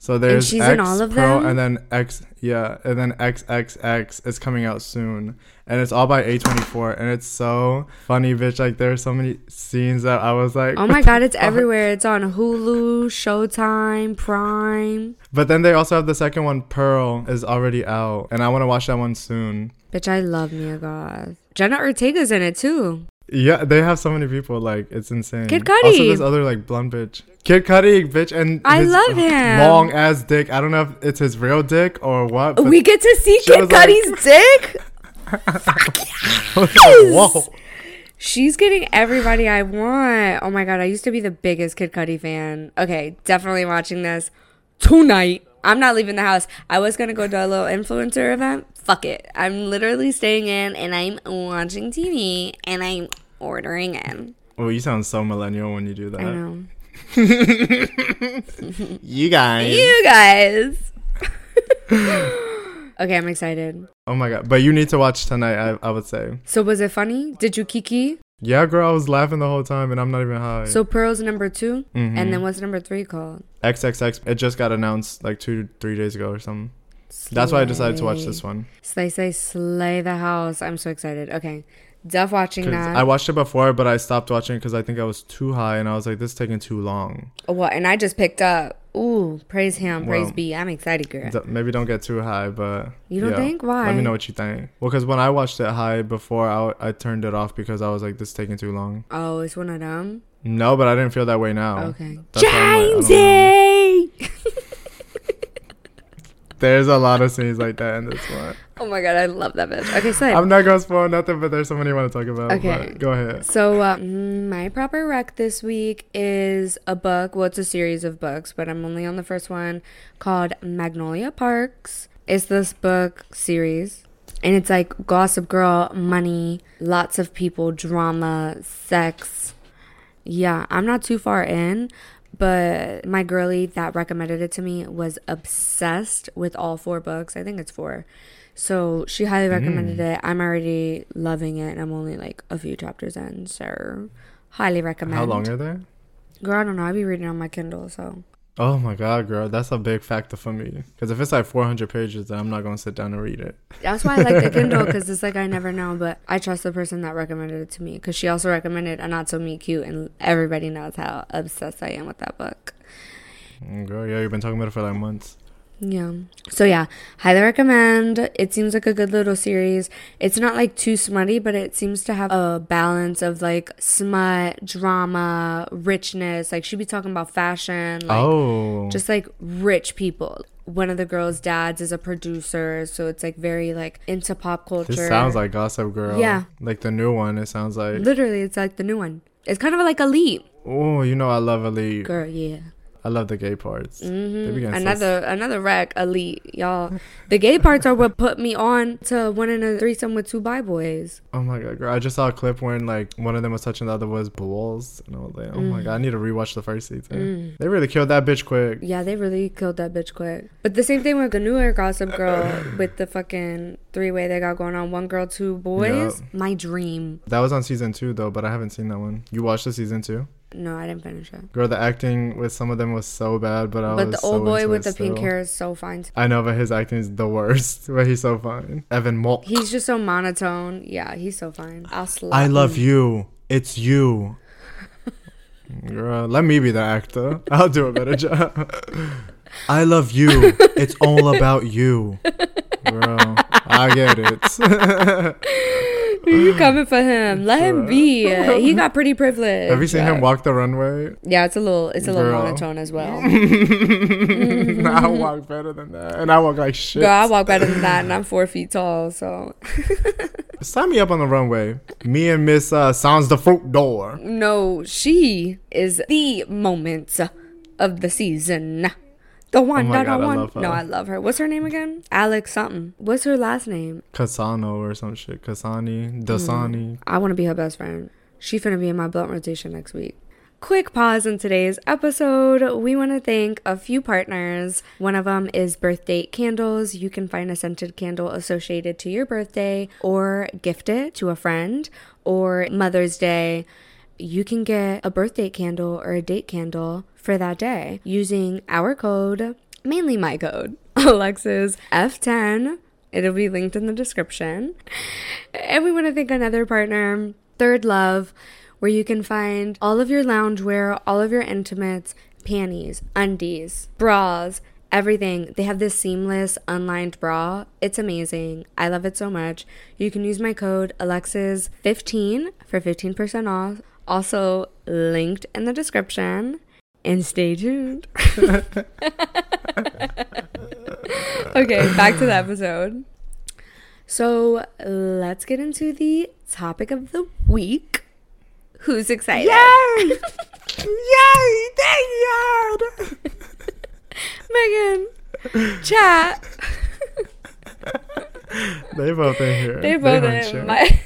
D: So there's
C: she's
D: X
C: in all of
D: Pro
C: them?
D: and then X yeah and then XXX is coming out soon and it's all by A24 and it's so funny bitch like there's so many scenes that I was like
C: Oh my god, it's everywhere. It's on Hulu, Showtime, Prime.
D: but then they also have the second one Pearl is already out and I want to watch that one soon
C: Bitch, I love Mia Goth. Jenna Ortega's in it too.
D: yeah they have so many people like it's insane
C: Kid
D: also
C: Cudi.
D: this other like blonde bitch Kid Cudi bitch and
C: I
D: his
C: love him.
D: long ass dick I don't know if it's his real dick or what but
C: We get to see
D: She
C: Kid
D: was like-
C: Cudi's dick.
D: whoa
C: She's getting everybody I want. Oh my god, I used to be the biggest Kid Cudi fan. Okay, definitely watching this tonight. I'm not leaving the house. I was gonna go to a little influencer event. Fuck it. I'm literally staying in and I'm watching TV and I'm ordering in.
D: oh you sound so millennial when you do that
C: I know.
D: you guys
C: You guys. okay, I'm excited.
D: Oh my god! But you need to watch tonight. I, I would say.
C: So was it funny? Did you kiki?
D: Yeah, girl, I was laughing the whole time, and I'm not even high.
C: So Pearl's number 2
D: Mm-hmm.
C: and then what's number three called?
D: XXX. It just got announced like two, three days ago or something. That's why I decided to watch this one.
C: Slay, slay, slay the house. I'm so excited. Okay, Duff watching
D: 'Cause
C: that.
D: I watched it before, but I stopped watching because I think I was too high, and I was like, "This is taking too long."
C: Oh, what? And I just picked up. Ooh, praise him, praise
D: Well,
C: be. I'm excited, girl.
D: D- Maybe don't get too high, but
C: You don't think? Why?
D: Let me know what you think. Well, because when I watched it high before, I, I turned it off because I was like, "This is taking too long."
C: oh, it's one of them.
D: No, but I didn't feel that way now.
C: Okay,
D: That's why I'm um, like, I don't know.
C: Jamesy.
D: There's a lot of scenes like that in this one.
C: oh my god, I love that bitch. Okay, slay.
D: I'm not gonna spoil nothing, but there's so many I want to talk about.
C: Okay.
D: but go ahead.
C: So, uh, mm, my proper rec this week is a book. Well, it's a series of books, but I'm only on the first one called Magnolia Parks. It's this book series, and it's like Gossip Girl, money, lots of people, drama, sex. Yeah, I'm not too far in, but my girly that recommended it to me was obsessed with all four books. I think it's four. So she highly
D: Mm.
C: recommended it. I'm already loving it. and I'm only like a few chapters in, so highly recommend.
D: How long are they?
C: Girl, I don't know. I be reading on my Kindle, so
D: Oh my god, girl, that's a big factor for me. Because if it's like 400 pages, then I'm not gonna sit down and read it.
C: that's why I like the Kindle because it's like I never know. But I trust the person that recommended it to me because she also recommended a not so me cute, and everybody knows how obsessed I am with that book.
D: Mm, Girl, yeah, you've been talking about it for like months.
C: Yeah. So yeah, highly recommend. It seems like a good little series. It's not like too smutty, but it seems to have a balance of like smut, drama, richness. Like she be talking about fashion, like
D: oh,
C: just like rich people. One of the girls' dads is a producer, so it's like very like into pop culture.
D: this sounds like Gossip Girl.
C: Yeah.
D: Like the new one, it sounds like.
C: literally it's like the new one. It's kind of like elite.
D: Oh, you know I love Elite.
C: Girl, yeah.
D: I I love the gay parts. They be
C: Mm-hmm.
D: getting so
C: Another another rec elite, y'all. The gay parts are what put me on to wanting a threesome with two bi boys.
D: Oh my god, girl! I just saw a clip when like one of them was touching the other was balls, and I was like, oh
C: Mm.
D: my god, I need to rewatch the first season. They really killed that bitch quick.
C: Yeah, they really killed that bitch quick. But the same thing with the newer gossip girl with the fucking three way they got going on. One girl, two boys. My dream.
D: That was on season two though, but I haven't seen that one. You watched the season two,
C: No, I didn't finish it.
D: girl. The acting with some of them was so bad, but I
C: But
D: was
C: the old
D: Oh, so
C: boy
D: into
C: with
D: it
C: the pink
D: still.
C: hair is so fine.
D: I know, but his acting is the worst. But he's so fine. Evan Mol.
C: He's just so monotone. Yeah, he's so fine. I'll slap.
D: I
C: him.
D: love you. It's you. Girl, let me be the actor. I'll do a better job. I love you. It's all about you. Girl, I get it.
C: You coming for him? Let him be. He got pretty privilege.
D: Have you seen him walk the runway?
C: Yeah, it's a little, it's a little
D: Girl.
C: monotone as well.
D: I walk better than that. And I walk like shit.
C: Girl, I walk better than that, and I'm four feet tall. So
D: Sign me up on the runway. Me and Miss uh, Sounds the Fruit Door.
C: no, she is the moment of the season. The one
D: Oh my
C: that
D: God, I
C: I
D: love
C: want.
D: her.
C: No, I love her. What's her name again? Alex something. What's her last name?
D: Casano or some shit. Casani. Dasani.
C: I want to be her best friend. She finna be in my blunt rotation next week. Quick pause in today's episode. We want to thank a few partners. One of them is Birth Date Candles. You can find a scented candle associated to your birthday or gift it to a friend or Mother's Day. You can get a birth date candle or a date candle for that day using our code, mainly my code, Alexis F10. It'll be linked in the description. And we want to thank another partner, Third Love, where you can find all of your loungewear, all of your intimates, panties, undies, bras, everything. They have this seamless, unlined bra. It's amazing. I love it so much. You can use my code Alexis15 for 15% off. Also linked in the description. And stay tuned. okay, back to the episode. So let's get into the topic of the week. Who's excited? Yay!
D: Yay! Thank you!
C: Megan, chat.
D: They both in here.
C: They both.
D: in
C: in. Mi-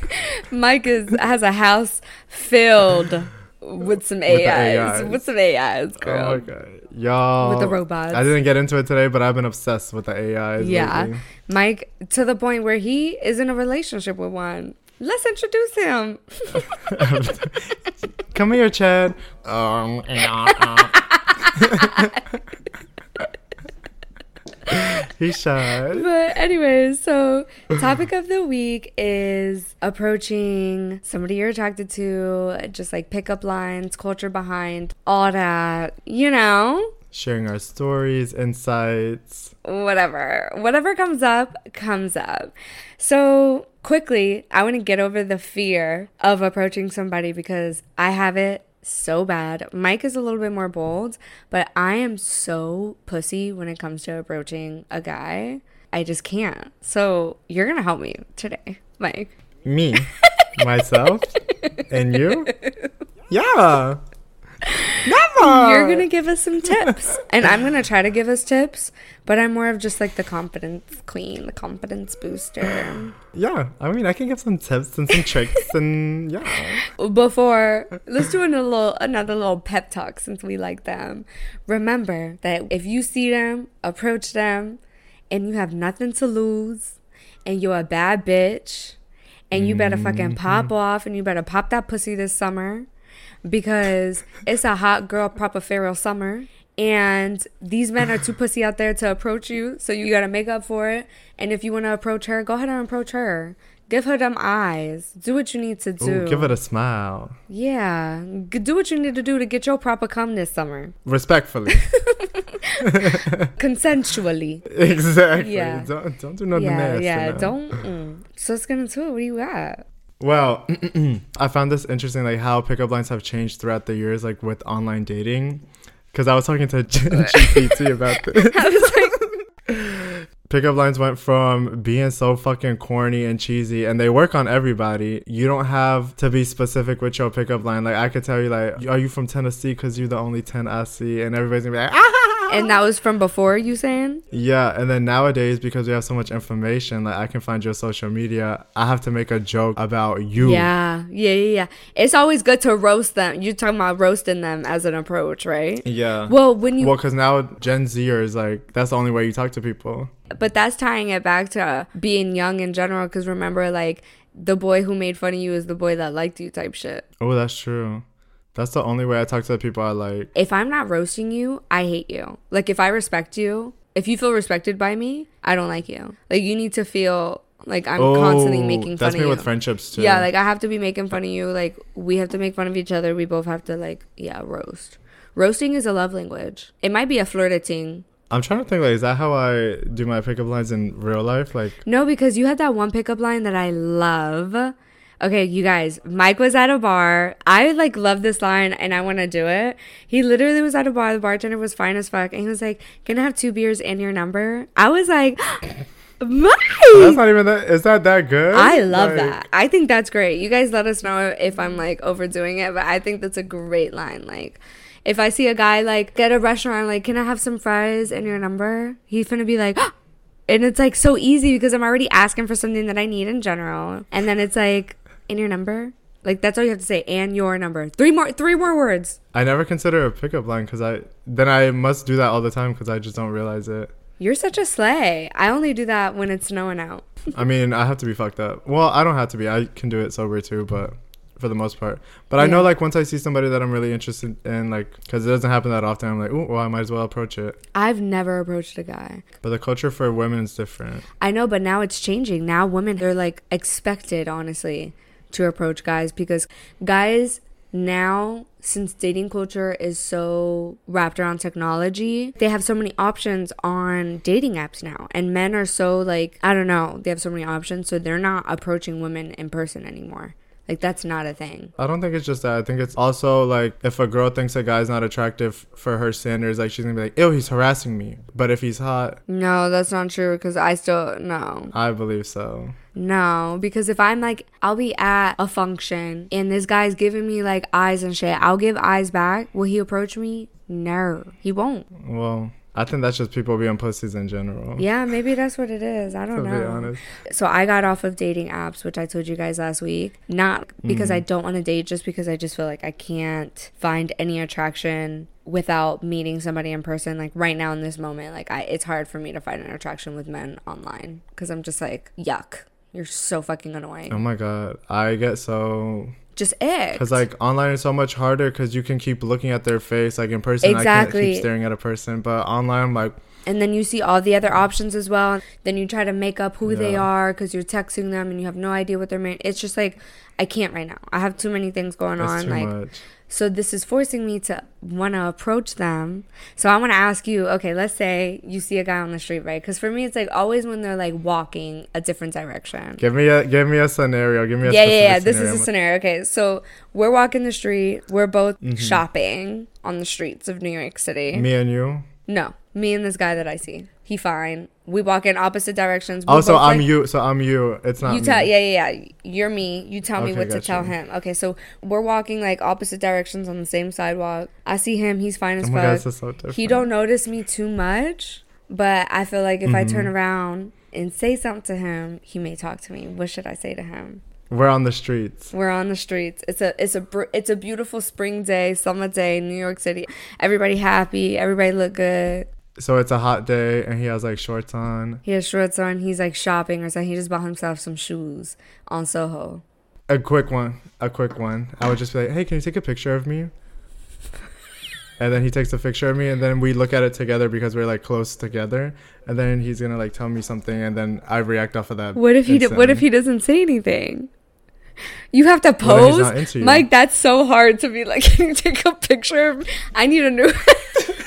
C: Mike is has a house filled with some
D: the
C: AIs.
D: AIs.
C: With some AIs, girl.
D: Oh my god, y'all!
C: With the robots.
D: I didn't get into it today, but I've been obsessed with the AIs.
C: yeah,
D: lately.
C: Mike to the point where he is in a relationship with one. Let's introduce him.
D: Come here, Chad. Um, yeah, uh. He's shy.
C: But anyways, so topic of the week is approaching somebody you're attracted to, just like pickup lines, culture behind, all that, you know,
D: Sharing our stories, insights.
C: whatever. Whatever comes up, comes up. So quickly, I want to get over the fear of approaching somebody because I have it so bad. Mike is a little bit more bold, but I am so pussy when it comes to approaching a guy. I just can't. So you're gonna help me today, Mike.
D: Me, myself, and you. Yeah. Never.
C: You're gonna give us some tips, and I'm gonna try to give us tips, but I'm more of just like the confidence queen, the confidence booster.
D: Yeah. I mean, I can give some tips and some tricks, and yeah.
C: Before, let's do another little, another little pep talk since we like them. Remember that if you see them, approach them, and you have nothing to lose, and you're a bad bitch, and you better fucking pop
D: Mm-hmm.
C: off, and you better pop that pussy this summer. because it's a hot girl proper feral summer and these men are too pussy out there to approach you so you gotta make up for it and if you want to approach her go ahead and approach her give her them eyes do what you need to do
D: Ooh, give it a smile.
C: yeah G- do what you need to do to get your proper cum this summer
D: Respectfully.
C: consensually
D: Exactly.
C: Yeah.
D: Don't don't do nothing
C: yeah
D: nasty.
C: yeah
D: now.
C: don't mm. so let's get into it what do you got
D: Well, I found this interesting, like how pickup lines have changed throughout the years, like with online dating. Because I was talking to GPT about this.
C: i was like
D: pickup lines went from being so fucking corny and cheesy and they work on everybody you don't have to be specific with your pickup line like i could tell you like are you from tennessee because you're the only 10 i see and everybody's gonna be like ah!
C: and that was from before you saying
D: yeah and then nowadays because we have so much information like i can find your social media i have to make a joke about you
C: yeah yeah yeah, yeah. it's always good to roast them you're talking about roasting them as an approach right
D: yeah
C: well when you
D: well because now gen zers like that's the only way you talk to people
C: but that's tying it back to being young in general because remember like the boy who made fun of you is the boy that liked you type shit
D: oh that's true that's the only way i talk to the people i like
C: if i'm not roasting you i hate you like if i respect you if you feel respected by me i don't like you like you need to feel like i'm
D: Oh,
C: constantly making fun
D: that's
C: of
D: me
C: you
D: with friendships too
C: yeah like i have to be making fun of you like we have to make fun of each other we both have to like yeah roast roasting is a love language it might be a flirting
D: i'm trying to think like is that how i do my pickup lines in real life like
C: No, because you had that one pickup line that I love. Okay, you guys, Mike was at a bar. I like love this line and I want to do it. He literally was at a bar. The bartender was fine as fuck. And he was like, Can I have two beers and your number? I was like,
D: that's
C: Mike!
D: not even that is that that good
C: I love
D: Like,
C: that. I think that's great. You guys let us know if I'm like overdoing it, but I think that's a great line. Like, if I see a guy like get a restaurant, like, can I have some fries and your number? He's gonna be like, "Ah!" and it's like so easy because I'm already asking for something that I need in general, and then it's like, and your number. Like that's all you have to say, and your number. Three more, three more words.
D: i never consider a pickup line because i then i must do that all the time because i just don't realize it
C: You're such a sleigh. I only do that when it's snowing out.
D: I mean, I have to be fucked up. Well, I don't have to be. I can do it sober too, but for the most part. But I know,
C: Yeah.
D: like, once I see somebody that I'm really interested in, like, because it doesn't happen that often, I'm like, oh, well, I might as well approach it.
C: I've never approached a guy.
D: But the culture for women is different.
C: I know, but now it's changing. Now women they're like expected, honestly, to approach guys because guys now since dating culture is so wrapped around technology, they have so many options on dating apps now. And men are so like, I don't know, they have so many options, so they're not approaching women in person anymore. Like that's not a thing.
D: I don't think it's just that. I think it's also like if a girl thinks a guy's not attractive for her standards, like she's gonna be like, "Ew, he's harassing me." But if he's hot,
C: No, that's not true because I still no.
D: I believe so.
C: No, because if I'm like, I'll be at a function and this guy's giving me like eyes and shit, I'll give eyes back. Will he approach me? No, he won't.
D: Well, I think that's just people being pussies in general.
C: Yeah, maybe that's what it is. I
D: To
C: don't
D: be
C: know.
D: honest,
C: So I got off of dating apps, which I told you guys last week, not because
D: Mm.
C: I don't want to date, just because I just feel like I can't find any attraction without meeting somebody in person. Like right now in this moment, like I, it's hard for me to find an attraction with men online because I'm just like, yuck, you're so fucking annoying.
D: oh my god, I get so
C: just it.
D: Because like online is so much harder because you can keep looking at their face. Like in person, I can't
C: Exactly.
D: keep staring at a person. But online, I'm like,
C: and then you see all the other options as well. Then you try to make up who they
D: Yeah.
C: are because you're texting them and you have no idea what they're made. It's just like I can't right now. I have too many things going
D: that's
C: on.
D: too
C: Like
D: much.
C: so, this is forcing me to want to approach them. So I want to ask you. Okay, let's say you see a guy on the street, right? Because for me, it's like always when they're like walking a different direction.
D: Give me a give me a scenario. Give me a
C: yeah, yeah,
D: specific
C: yeah. This is
D: scenario.
C: a scenario. Okay, so we're walking the street. We're both
D: Mm-hmm.
C: shopping on the streets of New York City.
D: Me and you.
C: No, me and this guy that I see. He fine. We walk in opposite directions. We're
D: Oh, so
C: both
D: I'm
C: like-
D: you. So I'm you. It's not
C: You
D: me.
C: tell, yeah, yeah, yeah. You're me. You tell me
D: Okay,
C: what to
D: gotcha.
C: tell him. Okay, so we're walking like opposite directions on the same sidewalk. I see him. He's fine as
D: Oh my God, this
C: fuck.
D: is so different.
C: he don't notice me too much, but I feel like if I turn
D: Mm-hmm.
C: around and say something to him, he may talk to me. What should I say to him?
D: We're on the streets.
C: We're on the streets. It's a it's a br- it's a beautiful spring day, summer day, in New York City. Everybody happy. Everybody look good.
D: So it's a hot day, and he has like shorts on.
C: He has shorts on. He's like shopping or something. He just bought himself some shoes on Soho.
D: A quick one. A quick one. I would just be like, hey, can you take a picture of me? And then he takes a picture of me, and then we look at it together because we're like close together. And then he's gonna like tell me something, and then I react off of that.
C: What if he d- What if
D: instantly.
C: he doesn't say anything? You have to
D: Well, then he's
C: pose,
D: not into you.
C: Mike. That's so hard to be like. Can you take a picture of? Me? I need a new.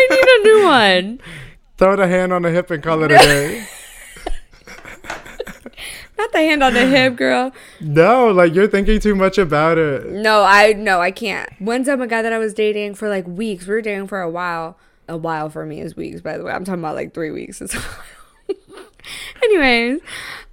C: I need a new one.
D: throw the hand on the hip and call it a day?
C: Not the hand on the hip, girl.
D: no, like you're thinking too much about it.
C: No, I no, I can't. One time, a guy that I was dating for like weeks, we were dating for a while. a while for me is weeks, by the way. I'm talking about like three weeks. It's Anyways,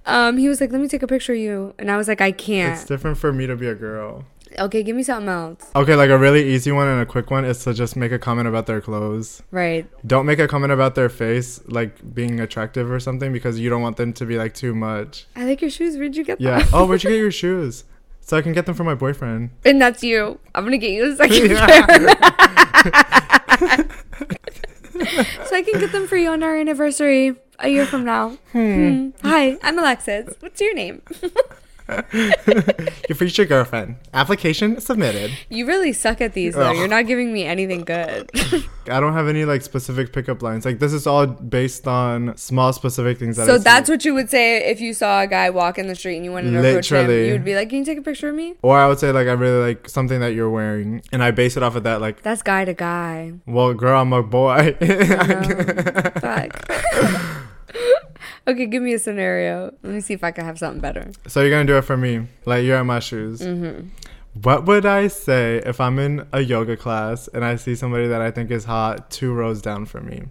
C: um, he was like, let me take a picture of you. And I was like, I
D: It's
C: can't.
D: different for me to be a girl.
C: Okay, give me something else.
D: Okay, like a really easy one and a quick one is to just make a comment about their clothes.
C: Right.
D: Don't make a comment about their face, like being attractive or something, because you don't want them to be like too much.
C: I like your shoes. Where'd you get them?
D: Yeah. oh, where'd you get your shoes? So I can get them from my boyfriend.
C: And that's you. I'm gonna get you a second
D: Yeah.
C: pair. so I can get them for you on our anniversary a year from now. Hmm. Hi, I'm Alexis. What's your name?
D: your future girlfriend. Application submitted.
C: you really suck at these though.
D: Ugh.
C: You're not giving me anything good.
D: I don't have any like specific pickup lines. Like this is all based on small specific things that I
C: so
D: see.
C: that's what you would say if you saw a guy walk in the street and you wanted to approach him.
D: Literally.
C: You would be like, "Can you take a picture of me?"
D: or I would say like I really like something that you're wearing and I base it off of that like
C: That's guy to guy.
D: well girl I'm a boy.
C: Fuck. okay, give me a scenario. Let me see if I can have something better.
D: So you're gonna do it for me, like you're in my shoes.
C: Mm-hmm.
D: What would I say if I'm in a yoga class and I see somebody that I think is hot two rows down from me?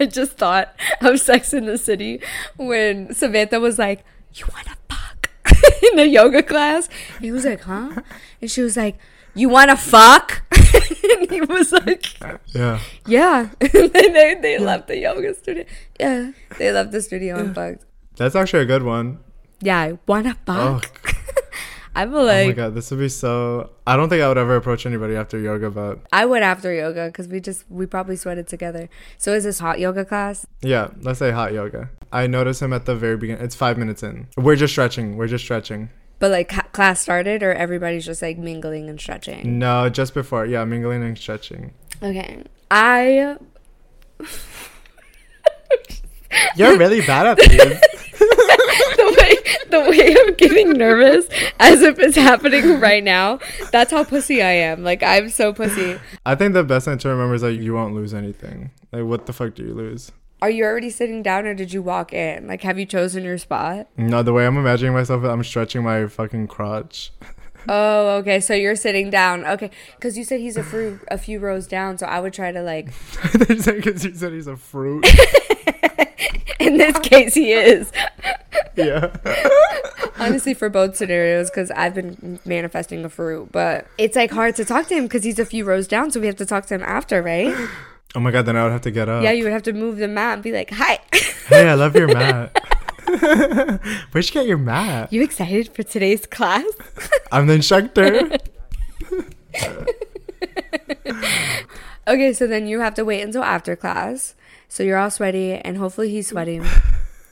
C: I just thought of Sex in the City when Samantha was like, "You wanna fuck?" in the yoga class. He was like, "Huh?" And she was like, "You wanna fuck?" and he was like,
D: Yeah,
C: "Yeah." and then they, they left the yoga studio. Yeah, they left the studio and fucked.
D: that's actually a good one.
C: Yeah, I wanna
D: Oh,
C: fuck. I'm
D: oh my
C: like,
D: god, this would be so. I don't think I would ever approach anybody after yoga, but
C: I would after yoga because we just we probably sweated together. So is this hot yoga class?
D: yeah, let's say hot yoga. I notice him at the very beginning. It's five minutes in. We're just stretching. We're just stretching.
C: But like ca- class started or everybody's just like mingling and stretching.
D: No, just before. Yeah, mingling and stretching.
C: Okay. I
D: You're really bad at these.
C: the way the way I'm getting nervous as if it's happening right now. That's how pussy I am. Like I'm so pussy.
D: I think the best thing to remember is like you won't lose anything. Like what the fuck do you lose?
C: Are you already sitting down or did you walk in? Like have you chosen your spot?
D: No, the way I'm imagining myself, I'm stretching my fucking crotch.
C: Oh, okay. So you're sitting down. Okay. Cuz you said he's a few a few rows down, so I would try to like
D: Because you said he's a fruit.
C: in this case he is.
D: yeah.
C: Honestly, for both scenarios, because I've been manifesting a fruit, but it's like hard to talk to him because he's a few rows down, so we have to talk to him after, right?
D: Oh my god, then I would have to get up.
C: Yeah, you would have to move the mat and be like, "Hi,
D: hey, I love your mat. Where'd you get your mat?
C: you excited for today's class?"
D: I'm the instructor.
C: Okay, so then you have to wait until after class. So you're all sweaty, and hopefully he's sweating,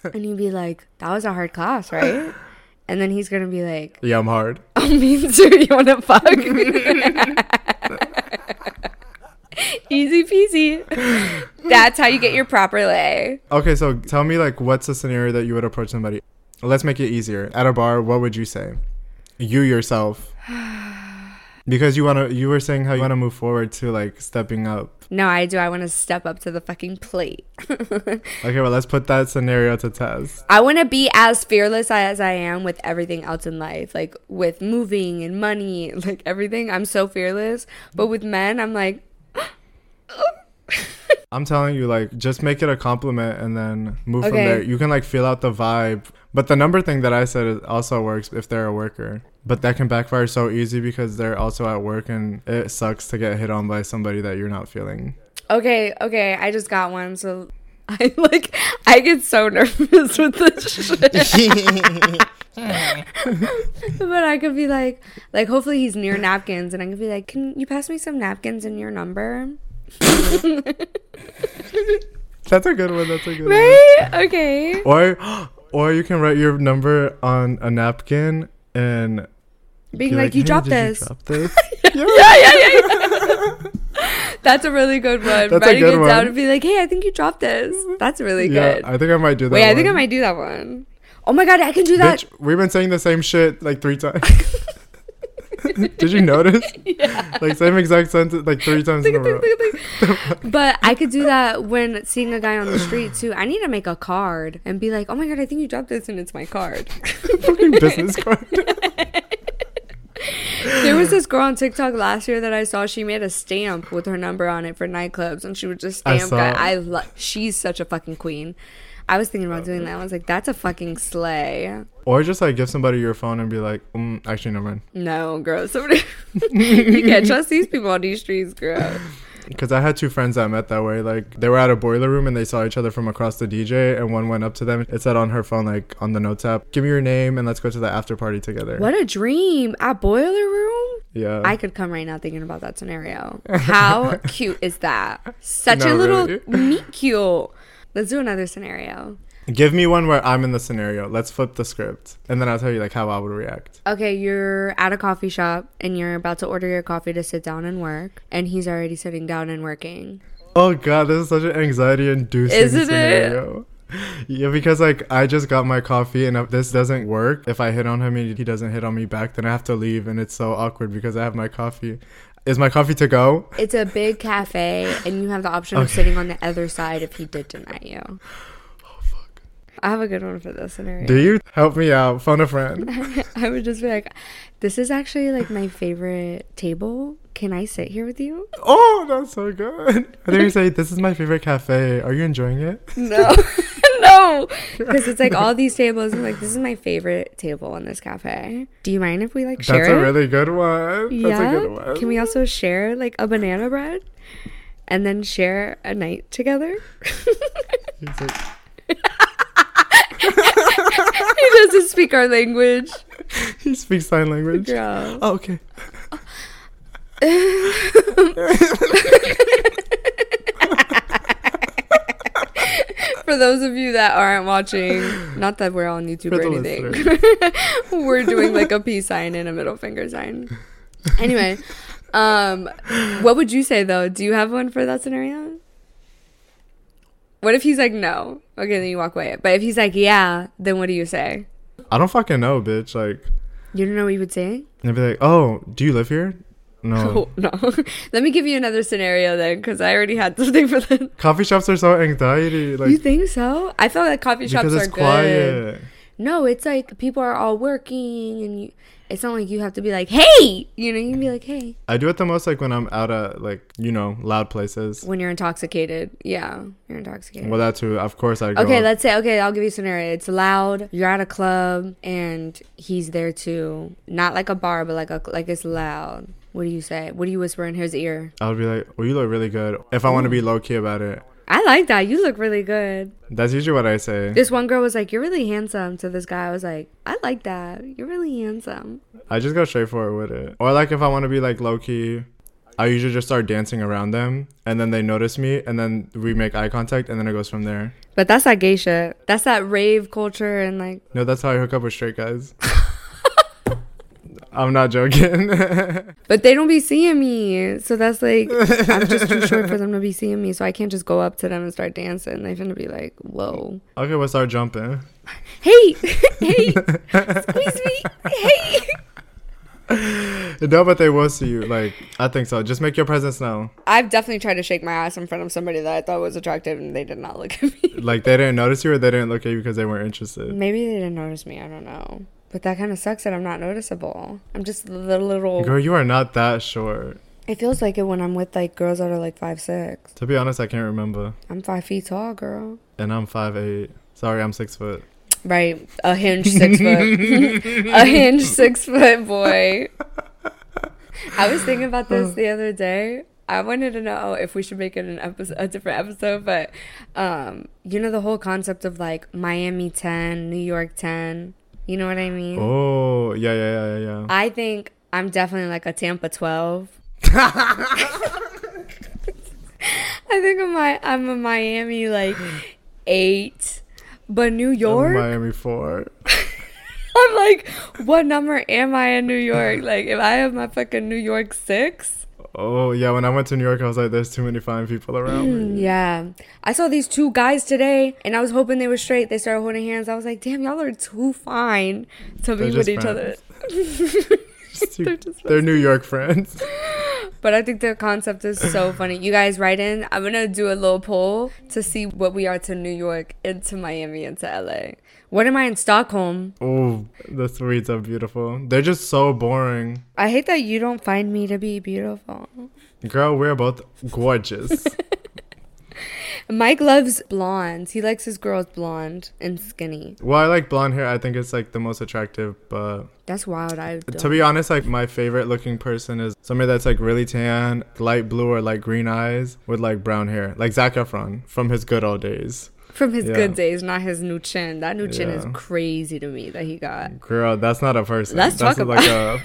C: and you'd be like, "That was a hard class, right?" And then he's gonna be like,
D: yeah, I'm hard.
C: "I'm mean too. You wanna fuck?" Easy peasy. That's how you get your proper lay.
D: Okay, so tell me, like, what's a scenario that you would approach somebody? Let's make it easier. At a bar, what would you say? You yourself. Because you wanna, you were saying how you wanna move forward to like stepping up.
C: No, I do. I want to step up to the fucking plate.
D: Okay, well, let's put that scenario to test.
C: I want to be as fearless as I am with everything else in life, like with moving and money, like everything. I'm so fearless. But with men, I'm like,
D: I'm telling you, like, just make it a compliment and then move from
C: Okay.
D: there. You can like feel out the vibe. But the number thing that I said is- also works if they're a worker. But that can backfire so easy because they're also at work and it sucks to get hit on by somebody that you're not feeling.
C: okay, okay, I just got one. So I like, I get so nervous with this shit. but I could be like, like, hopefully he's near napkins, and I could be like, can you pass me some napkins and your number?
D: That's a good one. That's a good
C: Right? Okay.
D: one. Or, or you can write your number on a napkin and
C: Being
D: be
C: like, you
D: "Hey,
C: dropped
D: did you
C: this.
D: drop this?"
C: yeah, yeah, yeah. yeah. That's a really good one.
D: That's a
C: Writing
D: good
C: it
D: one.
C: down and be like, hey, I think you dropped this. That's really
D: yeah,
C: good.
D: I think I might do that.
C: Wait, I think I
D: one.
C: might do that one. Oh my god, I can do that.
D: Bitch, we've been saying the same shit like three times. Did you notice? Yeah. Like same exact sentence like three times in a row.
C: but I could do that when seeing a guy on the street too. I need to make a card and be like, oh my god, I think you dropped this and it's my card.
D: Fucking business card.
C: there was this girl on TikTok last year that I saw. She made a stamp with her number on it for nightclubs, and she would just
D: I
C: stamp.
D: saw.
C: that. I love. She's such a fucking queen. I was thinking about doing that. I was like, that's a fucking sleigh.
D: Or just like give somebody your phone and be like, mm, actually, never mind.
C: No, girl. Somebody, you can't trust these people on these streets, girl.
D: Because I had two friends that met that way. Like they were at a boiler room and they saw each other from across the DJ, and one went up to them. It said on her phone, like on the notes app, "Give me your name and let's go to the after party together."
C: What a dream at Boiler Room.
D: Yeah.
C: I could come right now thinking about that scenario. How cute is that? Such a
D: No,
C: little
D: really.
C: meet cute. Let's do another scenario.
D: Give me one where I'm in the scenario. Let's flip the script, and then I'll tell you like how I would react.
C: Okay, you're at a coffee shop and you're about to order your coffee to sit down and work, and he's already sitting down and working.
D: Oh god, this is such an anxiety-inducing
C: Isn't it?
D: scenario. Yeah, because like I just got my coffee, and if this doesn't work, if I hit on him and he doesn't hit on me back, then I have to leave, and it's so awkward because I have my coffee. Is my coffee to go?
C: It's a big cafe, and you have the option of
D: Okay.
C: sitting on the other side if he did deny you. Oh, fuck. I have a good one for this scenario.
D: Do you help me out? Phone a friend.
C: I would just be like, this is actually like my favorite table. Can I sit here with you?
D: oh, that's so good. I think you say this is my favorite cafe. Are you enjoying it?
C: No. no. Because it's like all these tables. I'm like, this is my favorite table in this cafe. Do you mind if we like share
D: that's
C: it?
D: a really good one. That's
C: yeah.
D: a good one.
C: Can we also share like a banana bread and then share a night together? he
D: He's like,
C: doesn't speak our language.
D: he speaks sign language.
C: Girl.
D: Oh, okay.
C: For those of you that aren't watching, not that we're on YouTube
D: For
C: or
D: the
C: anything, we're doing like a peace sign and a middle finger sign. Anyway, um, what would you say though? Do you have one for that scenario? What if he's like no? Okay, then you walk away. But if he's like yeah, then what do you say?
D: I don't fucking know, bitch. Like,
C: You don't know what you would say?
D: and I'd be like, oh, do you live here? No.
C: Oh, no. Let me give you another scenario then, because I already had something for that.
D: Coffee shops are so anxiety. Like,
C: You think so? I feel like coffee shops
D: because
C: are
D: it's
C: good.
D: quiet.
C: No, it's like people are all working, and you, it's not like you have to be like, hey, you know, you can be like, hey,
D: I do it the most like when I'm out at like you know loud places.
C: when you're intoxicated. Yeah, you're intoxicated.
D: Well, that too. Of course, I go.
C: okay, let's say, okay, I'll give you a scenario. It's loud. You're at a club, and he's there too. Not like a bar, but like a like it's loud. What do you say? What do you whisper in his ear?
D: I'll be like, well, you look really good. If I want to be low key about it,
C: I like that. You look really good.
D: that's usually what I say.
C: This one girl was like, "You're really handsome." To this guy, I was like, "I like that. You're really handsome."
D: I just go straight forward with it. Or like if I want to be like low key, I usually just start dancing around them, and then they notice me, and then we make eye contact, and then it goes from there.
C: But that's that gay shit. That's that rave culture and like
D: No, that's how I hook up with straight guys. I'm not joking.
C: But they don't be seeing me. So that's like, I'm just too short for them to be seeing me. So I can't just go up to them and start dancing. They're going to be like, whoa.
D: okay, we'll start jumping.
C: Hey, hey, squeeze me. Hey.
D: No, but they will see you. Like I think so. Just make your presence known.
C: I've definitely tried to shake my ass in front of somebody that I thought was attractive and they did not look at me.
D: Like they didn't notice you, or they didn't look at you because they weren't interested.
C: Maybe they didn't notice me. I don't know. But that kind of sucks that I'm not noticeable. I'm just the little.
D: Girl, you are not that short.
C: It feels like it when I'm with like girls that are like five six.
D: To be honest, I can't remember.
C: I'm five feet tall, girl.
D: And I'm five eight. Sorry, I'm six foot.
C: Right, a hinge six foot, a hinge six foot boy. I was thinking about this the other day. I wanted to know if we should make it an episode, a different episode, but um, you know the whole concept of like Miami ten, New York ten. You know what I mean?
D: Oh yeah, yeah, yeah, yeah.
C: I think I'm definitely like a Tampa twelve. I think I'm my I'm a Miami like eight, but New York.
D: Miami four.
C: I'm like, what number am I in New York? Like, if I have my fucking New York six.
D: Oh yeah, when I went to New York, I was like, "There's too many fine people around." me.
C: Yeah. I saw these two guys today and I was hoping they were straight. They started holding hands. I was like, damn, y'all are too fine to
D: They're
C: be with
D: just
C: each
D: friends.
C: other.
D: They're New York friends.
C: But I think the concept is so funny. You guys write in. I'm gonna do a little poll to see what we are to New York and to Miami and to LA. What am I in Stockholm?
D: Oh, the streets are beautiful. They're just so boring.
C: I hate that you don't find me to be beautiful.
D: Girl, we're both gorgeous.
C: Mike loves blondes. He likes his girls blonde and skinny.
D: Well, I like blonde hair. I think it's like the most attractive, but
C: That's wild. I
D: to
C: don't.
D: be honest, like my favorite looking person is somebody that's like really tan, light blue or like green eyes with like brown hair, like Zac Efron from his good old days.
C: From his
D: yeah.
C: good days, not his new chin. That new chin is
D: Yeah.
C: crazy to me that he got.
D: Girl, that's not a person.
C: Let's
D: that's
C: talk
D: like
C: about-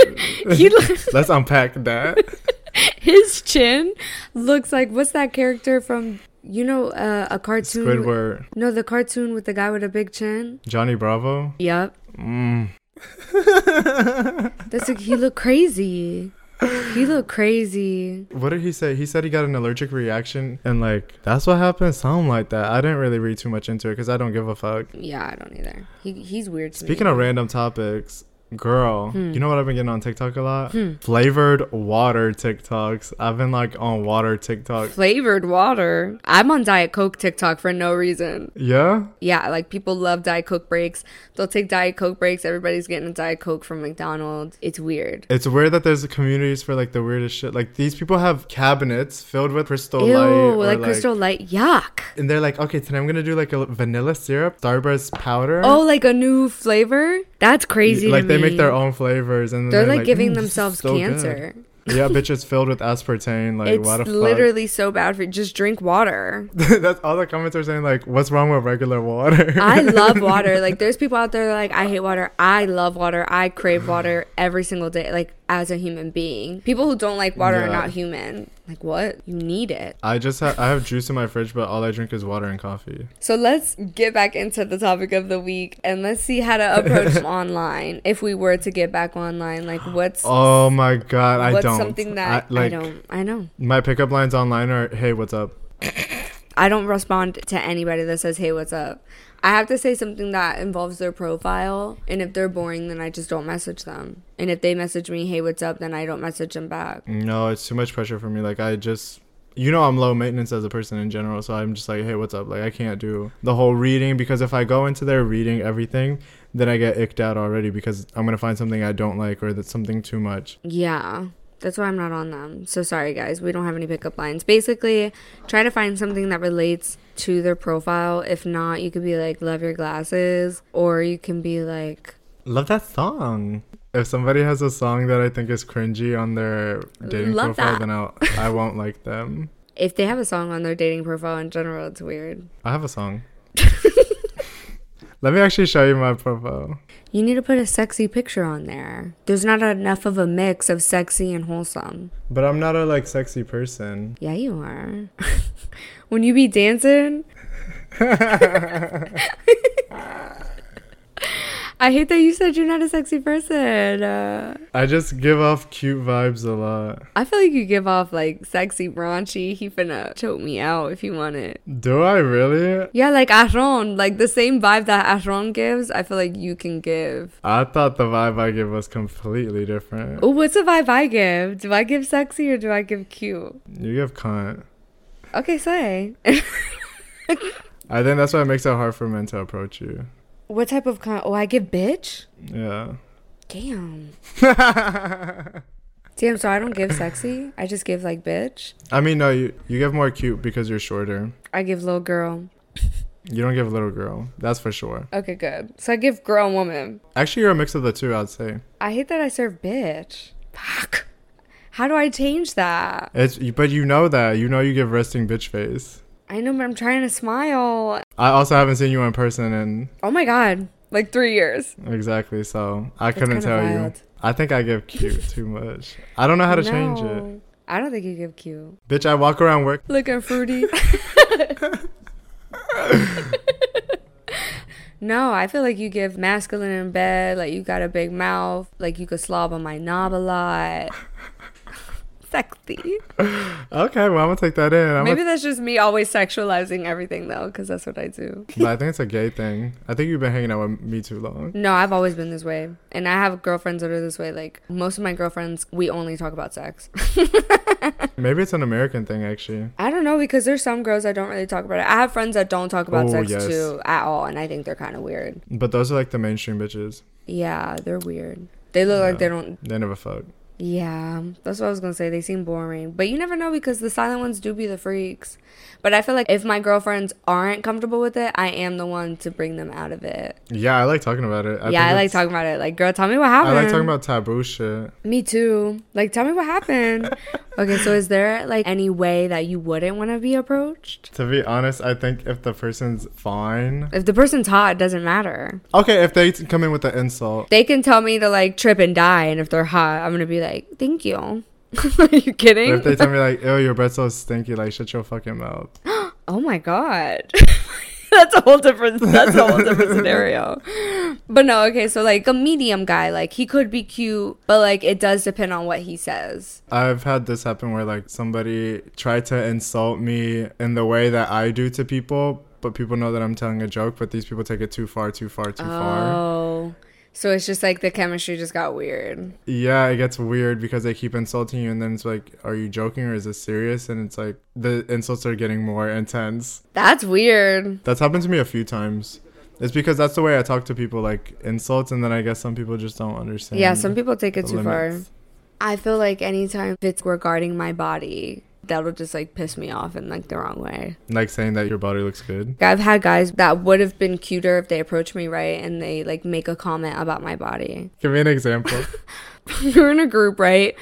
D: a.
C: He looks-
D: Let's unpack that.
C: His chin looks like what's that character from you know uh, a cartoon?
D: Squidward,
C: No, the cartoon with the guy with a big chin.
D: Johnny Bravo.
C: Yep,
D: Mm.
C: that's like, he looked crazy. He looked crazy.
D: What did he say? He said he got an allergic reaction, and like that's what happened. Sound like that. I didn't really read too much into it because I don't give a fuck.
C: Yeah, I don't either. He he's weird. To
D: Speaking
C: me.
D: of random topics, girl,
C: Hmm.
D: you know what I've been getting on TikTok a lot? Flavored water TikToks. I've been like on water TikTok.
C: flavored water, I'm on Diet Coke TikTok for no reason.
D: Yeah?
C: Yeah, like people love Diet Coke breaks. They'll take Diet Coke breaks. Everybody's getting a Diet Coke from McDonald's. It's weird.
D: It's weird that there's communities for like the weirdest shit. Like these people have cabinets filled with crystal
C: Ew,
D: light. or,
C: like, Crystal Light. Yuck.
D: And they're like, okay, today I'm gonna do like a vanilla syrup, Starburst powder.
C: Oh, like a new flavor? That's crazy.
D: like
C: to
D: they
C: me.
D: make their own flavors, and then
C: They're like,
D: "Mm,
C: giving
D: this is
C: themselves
D: so good."
C: cancer.
D: yeah, bitch, it's filled with aspartame. Like,
C: it's
D: what the
C: literally so bad for you. Just drink water.
D: fuck? That's all the comments are saying. Like, what's wrong with regular water?
C: I love water. Like there's people out there that are like I hate water. I love water. I crave water every single day. Like as a human being, people who don't like water are
D: Yeah.
C: not human. Like what? You need it.
D: I just ha- I have juice in my fridge, but all I drink is water and coffee.
C: So let's get back into the topic of the week and let's see how to approach online. If we were to get back online, like what's
D: Oh my god, I
C: what's
D: don't.
C: something that I,
D: like,
C: don't I know.
D: My pickup lines online are, "Hey, what's up?"
C: I don't respond to anybody that says, "Hey, what's up." I have to say something that involves their profile, and if they're boring, then I just don't message them. And if they message me, "Hey, what's up?" then I don't message them back.
D: No, it's too much pressure for me. Like, I just. You know I'm low maintenance as a person in general, so I'm just like, hey, what's up? Like I can't do the whole reading because if I go into there reading everything, then I get icked out already because I'm gonna find something I don't like or that's something too much.
C: Yeah. That's why I'm not on them. So sorry, guys. We don't have any pickup lines. Basically, try to find something that relates to their profile. If not, you could be like, love your glasses. Or you can be like,
D: Love that song. If somebody has a song that I think is cringy on their dating
C: Love
D: profile,
C: that.
D: then I'll I won't like them.
C: if they have a song on their dating profile in general, it's weird.
D: I have a song. Let me actually show you my profile.
C: You need to put a sexy picture on there. There's not enough of a mix of sexy and wholesome.
D: But I'm not a like sexy person.
C: Yeah, you are. when you be dancing. I hate that you said you're not a sexy person. Uh,
D: I just give off cute vibes a lot.
C: I feel like you give off like sexy raunchy. He finna choke me out if you want it.
D: Do I really?
C: Yeah, like Aaron, like the same vibe that Aaron gives. I feel like you can give.
D: I thought the vibe I give was completely different.
C: Oh, what's the vibe I give? Do I give sexy or do I give cute?
D: You give cunt.
C: Okay, say.
D: I think that's why it makes it hard for men to approach you.
C: what type of con? Oh, I give bitch.
D: Yeah.
C: Damn. Damn. So I don't give sexy. I just give like bitch.
D: I mean, no, you, you give more cute because you're shorter.
C: I give little girl.
D: You don't give little girl. That's for sure.
C: Okay, good. So I give girl and woman.
D: Actually, you're a mix of the two, I'd say.
C: I hate that I serve bitch. Fuck. How do I change that?
D: It's but you know that. You know you give resting bitch face.
C: I know, but I'm trying to smile.
D: I also haven't seen you in person and
C: Oh my god, like three years.
D: exactly so I couldn't
C: kinda
D: tell
C: wild.
D: you. I think I give cute too much. I don't know how to change it.
C: No. I don't think you give cute.
D: Bitch, I walk around work.
C: Looking fruity. no, I feel like you give masculine in bed. Like you got a big mouth. Like you could slob on my knob a lot. sexy.
D: Okay, well, I'm gonna take that in. I'm
C: Maybe
D: gonna-
C: that's just me always sexualizing everything though, because that's what I do.
D: but I think it's a gay thing. I think you've been hanging out with me too long.
C: No, I've always been this way. And I have girlfriends that are this way. Like, most of my girlfriends, we only talk about sex.
D: Maybe it's an American thing, actually.
C: I don't know because there's some girls that don't really talk about it. I have friends that don't talk about
D: Oh,
C: sex
D: yes.
C: too at all, and I think they're kind of weird.
D: But those are like the mainstream bitches.
C: Yeah, they're weird. They look like
D: Yeah.
C: they don't.
D: They never fuck.
C: Yeah, that's what I was gonna say. They seem boring, but you never know because the silent ones do be the freaks. But I feel like if my girlfriends aren't comfortable with it, I am the one to bring them out of it.
D: Yeah, I like talking about it.
C: yeah,
D: think
C: I like
D: it's-
C: talking about it. Like, girl, tell me what
D: I
C: happened.
D: like talking about taboo shit.
C: Me too. Like, tell me what happened. okay, so is there like any way that you wouldn't want to be approached?
D: To be honest, I think if the person's fine,
C: If the person's hot, it doesn't matter.
D: okay, if they t- come in with an insult,
C: They can tell me to like trip and die, and if they're hot, I'm gonna be like, thank you. Are you kidding?
D: if they tell me like, "Ew, your breath's so stinky," like, shut your fucking mouth.
C: oh my god. that's a whole different that's a whole different scenario. But no, okay, so like a medium guy, like he could be cute, but like it does depend on what he says.
D: I've had this happen where like somebody tried to insult me in the way that I do to people, but people know that I'm telling a joke, but these people take it too far, too far, too far.
C: Oh. So it's just like the chemistry just got weird.
D: Yeah, it gets weird because they keep insulting you and then it's like, are you joking or is this serious? And it's like the insults are getting more intense.
C: That's weird.
D: That's happened to me a few times. It's because that's the way I talk to people, like insults, and then I guess some people just don't understand.
C: Yeah, some people take it
D: Mm. the
C: too
D: limits.
C: far. I feel like anytime if it's regarding my body, that'll just like piss me off in like the wrong way.
D: like saying that your body looks good.
C: I've had guys that would have been cuter if they approached me right and they like make a comment about my body.
D: Give me an example.
C: we're in a group, right?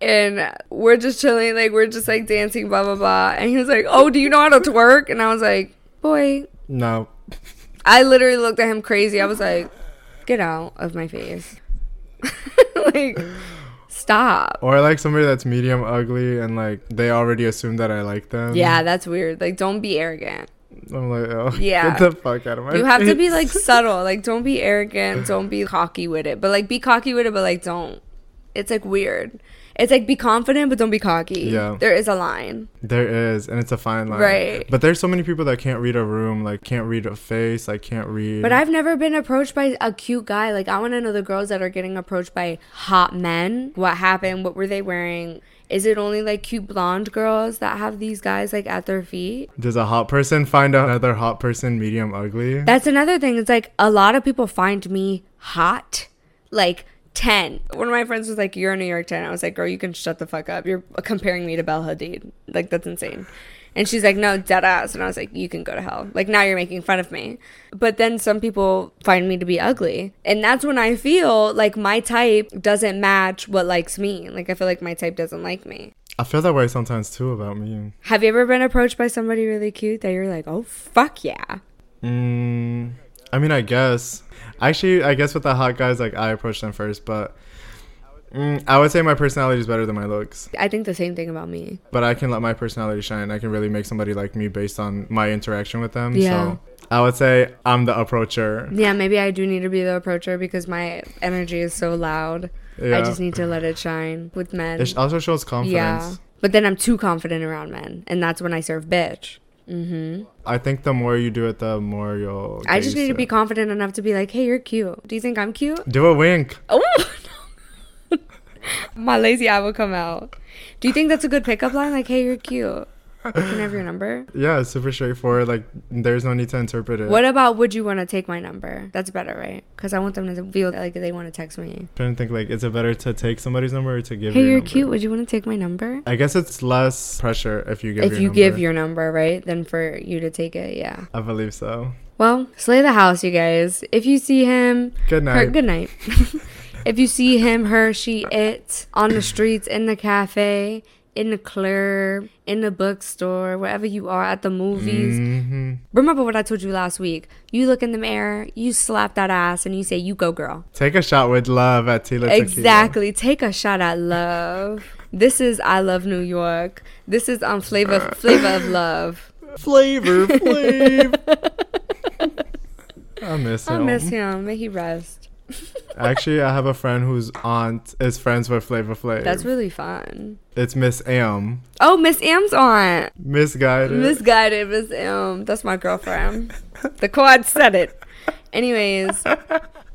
C: And we're just chilling, like we're just like dancing, blah blah blah. And he was like, "Oh, do you know how to twerk?" And I was like, "Boy,
D: no,
C: I literally looked at him crazy. I was like, get out of my face, like stop."
D: Or like somebody that's medium ugly and like they already assume that I like them.
C: Yeah, that's weird. Like, don't be arrogant.
D: I'm like, oh,
C: Yeah.
D: get the fuck out of my
C: You have to be
D: face.
C: like subtle. Like, don't be arrogant. Don't be cocky with it. But like, be cocky with it. But like, don't. It's like weird. It's like be confident, but don't be cocky.
D: Yeah.
C: There is a line.
D: There is, and it's a fine line.
C: Right.
D: But there's so many people that can't read a room, like can't read a face, like can't read.
C: But I've never been approached by a cute guy. Like, I want to know the girls that are getting approached by hot men. What happened? What were they wearing? Is it only like cute blonde girls that have these guys like at their feet?
D: Does a hot person find another hot person medium ugly?
C: That's another thing. It's like a lot of people find me hot, like 10. One of my friends was like, You're a New York 10. I was like, Girl, you can shut the fuck up. You're comparing me to Belle Hadid. Like, that's insane. And she's like, No, dead ass. And I was like, You can go to hell. Like, now you're making fun of me. But then some people find me to be ugly. And that's when I feel like my type doesn't match what likes me. Like, I feel like my type doesn't like me.
D: I feel that way sometimes too about me.
C: Have you ever been approached by somebody really cute that you're like, Oh, fuck yeah?
D: Mm, I mean, I guess. Actually, I guess with the hot guys, like I approach them first, but mm, I would say my personality is better than my looks.
C: I think the same thing about me.
D: but I can let my personality shine. I can really make somebody like me based on my interaction with them.
C: Yeah.
D: So I would say I'm the approacher.
C: Yeah, maybe I do need to be the approacher because my energy is so loud. I
D: Yeah.
C: just need to let it shine with men.
D: It sh- also shows confidence.
C: yeah. But then I'm too confident around men, and that's when I serve bitch. Mm-hmm.
D: I think the more you do it, the more you'll.
C: I
D: get
C: just
D: used
C: need to be
D: it.
C: confident enough to be like, "Hey, you're cute. Do you think I'm cute?"
D: do a wink.
C: Oh, my lazy eye will come out. Do you think that's a good pickup line? Like, "Hey, you're cute. Can I have your number?"
D: Yeah, it's super straightforward. Like there's no need to interpret it.
C: What about would you want to take my number? That's better, right? Because I want them to feel like they want to text me.
D: I'm trying to think like, is it better to take somebody's number or to give?
C: Hey,
D: your
C: you're
D: number?
C: cute. Would you want to take my number?
D: I guess it's less pressure if you give.
C: if
D: your
C: you
D: number.
C: give your number, right, then for you to take it, yeah.
D: I believe so.
C: Well, slay the house, you guys. If you see him,
D: Good night.
C: her, good night. if you see him, her, she, it on the streets, in the cafe, in the club, in the bookstore, wherever you are at the movies,
D: hmm
C: remember what I told you last week. You look in the mirror, you slap that ass, and you say, "You go, girl."
D: Take a shot with love at Tila Tequila.
C: Exactly. Take a shot at love. This is I love New York. This is on flavor flavor of love.
D: Flavor Flav. I miss him.
C: I miss him. May he rest.
D: Actually, I have a friend whose aunt is friends with Flavor Flav.
C: That's really fun.
D: It's Miss Am.
C: Oh, Miss Am's aunt.
D: Misguided.
C: Misguided Miss Am. That's my girlfriend. the quad said it. Anyways,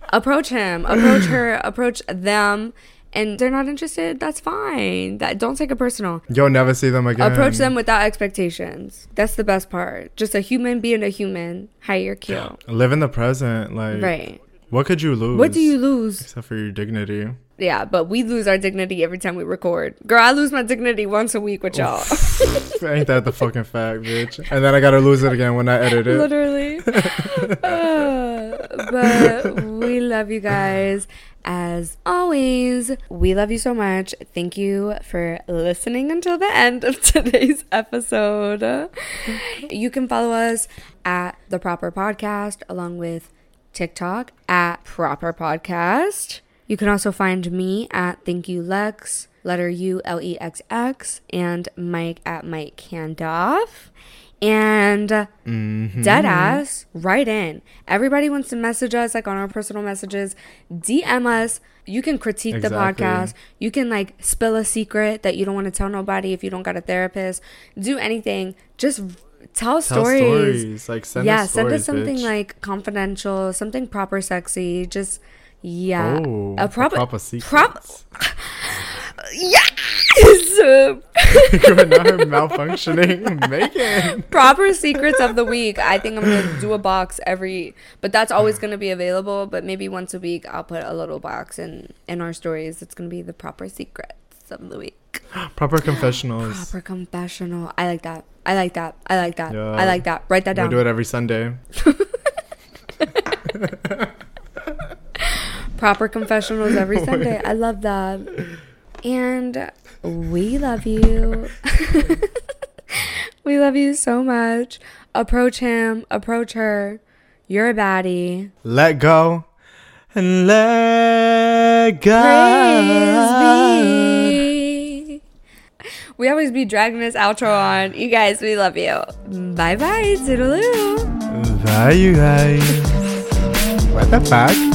C: approach him, approach her, approach them. And they're not interested. That's fine. That don't take it personal.
D: You'll never see them again.
C: Approach them without expectations. That's the best part. Just a human being a human. Hi, you're cute.
D: Live in the present. Like
C: Right.
D: What could you lose?
C: What do you lose?
D: Except for your dignity.
C: Yeah, but we lose our dignity every time we record. Girl, I lose my dignity once a week with y'all.
D: Oh. Ain't that the fucking fact, bitch? And then I gotta lose it again when I edit it.
C: Literally. Uh, but we love you guys. As always, we love you so much. Thank you for listening until the end of today's episode. You can follow us at The Proper Podcast along with TikTok at Proper Podcast. You can also find me at Thank You Lex, letter U L E X X, and Mike at Mike Candoff. And
D: Mm.
C: dead ass, right in. Everybody wants to message us like on our personal messages, DM us. You can critique the
D: Exactly.
C: podcast. You can like spill a secret that you don't want to tell nobody if you don't got a therapist. Do anything. Just tell,
D: Tell
C: stories.
D: stories. Like send
C: yeah,
D: us
C: send
D: stories,
C: us something
D: bitch.
C: like confidential, something proper, sexy. Just yeah,
D: Ooh,
C: a
D: Oh, a
C: proper,
D: proper
C: prop-
D: secrets.
C: yes,
D: You're not malfunctioning. Make it.
C: proper secrets of the week. I think I'm gonna do a box every, but that's always gonna be available. But maybe once a week, I'll put a little box in in our stories. It's gonna be the proper secrets of the week.
D: Proper confessionals.
C: Proper confessional. I like that. I like that. I like that.
D: Yeah.
C: I like that. Write that
D: We
C: down.
D: do it every Sunday.
C: proper confessionals every Sunday. I love that. And we love you. we love you so much. Approach him, approach her. You're a baddie.
D: Let go and let
C: Praise
D: go.
C: be. We always be dragging this outro on. You guys, we love you. Bye bye. Toodaloo.
D: Bye, you guys. What the fuck?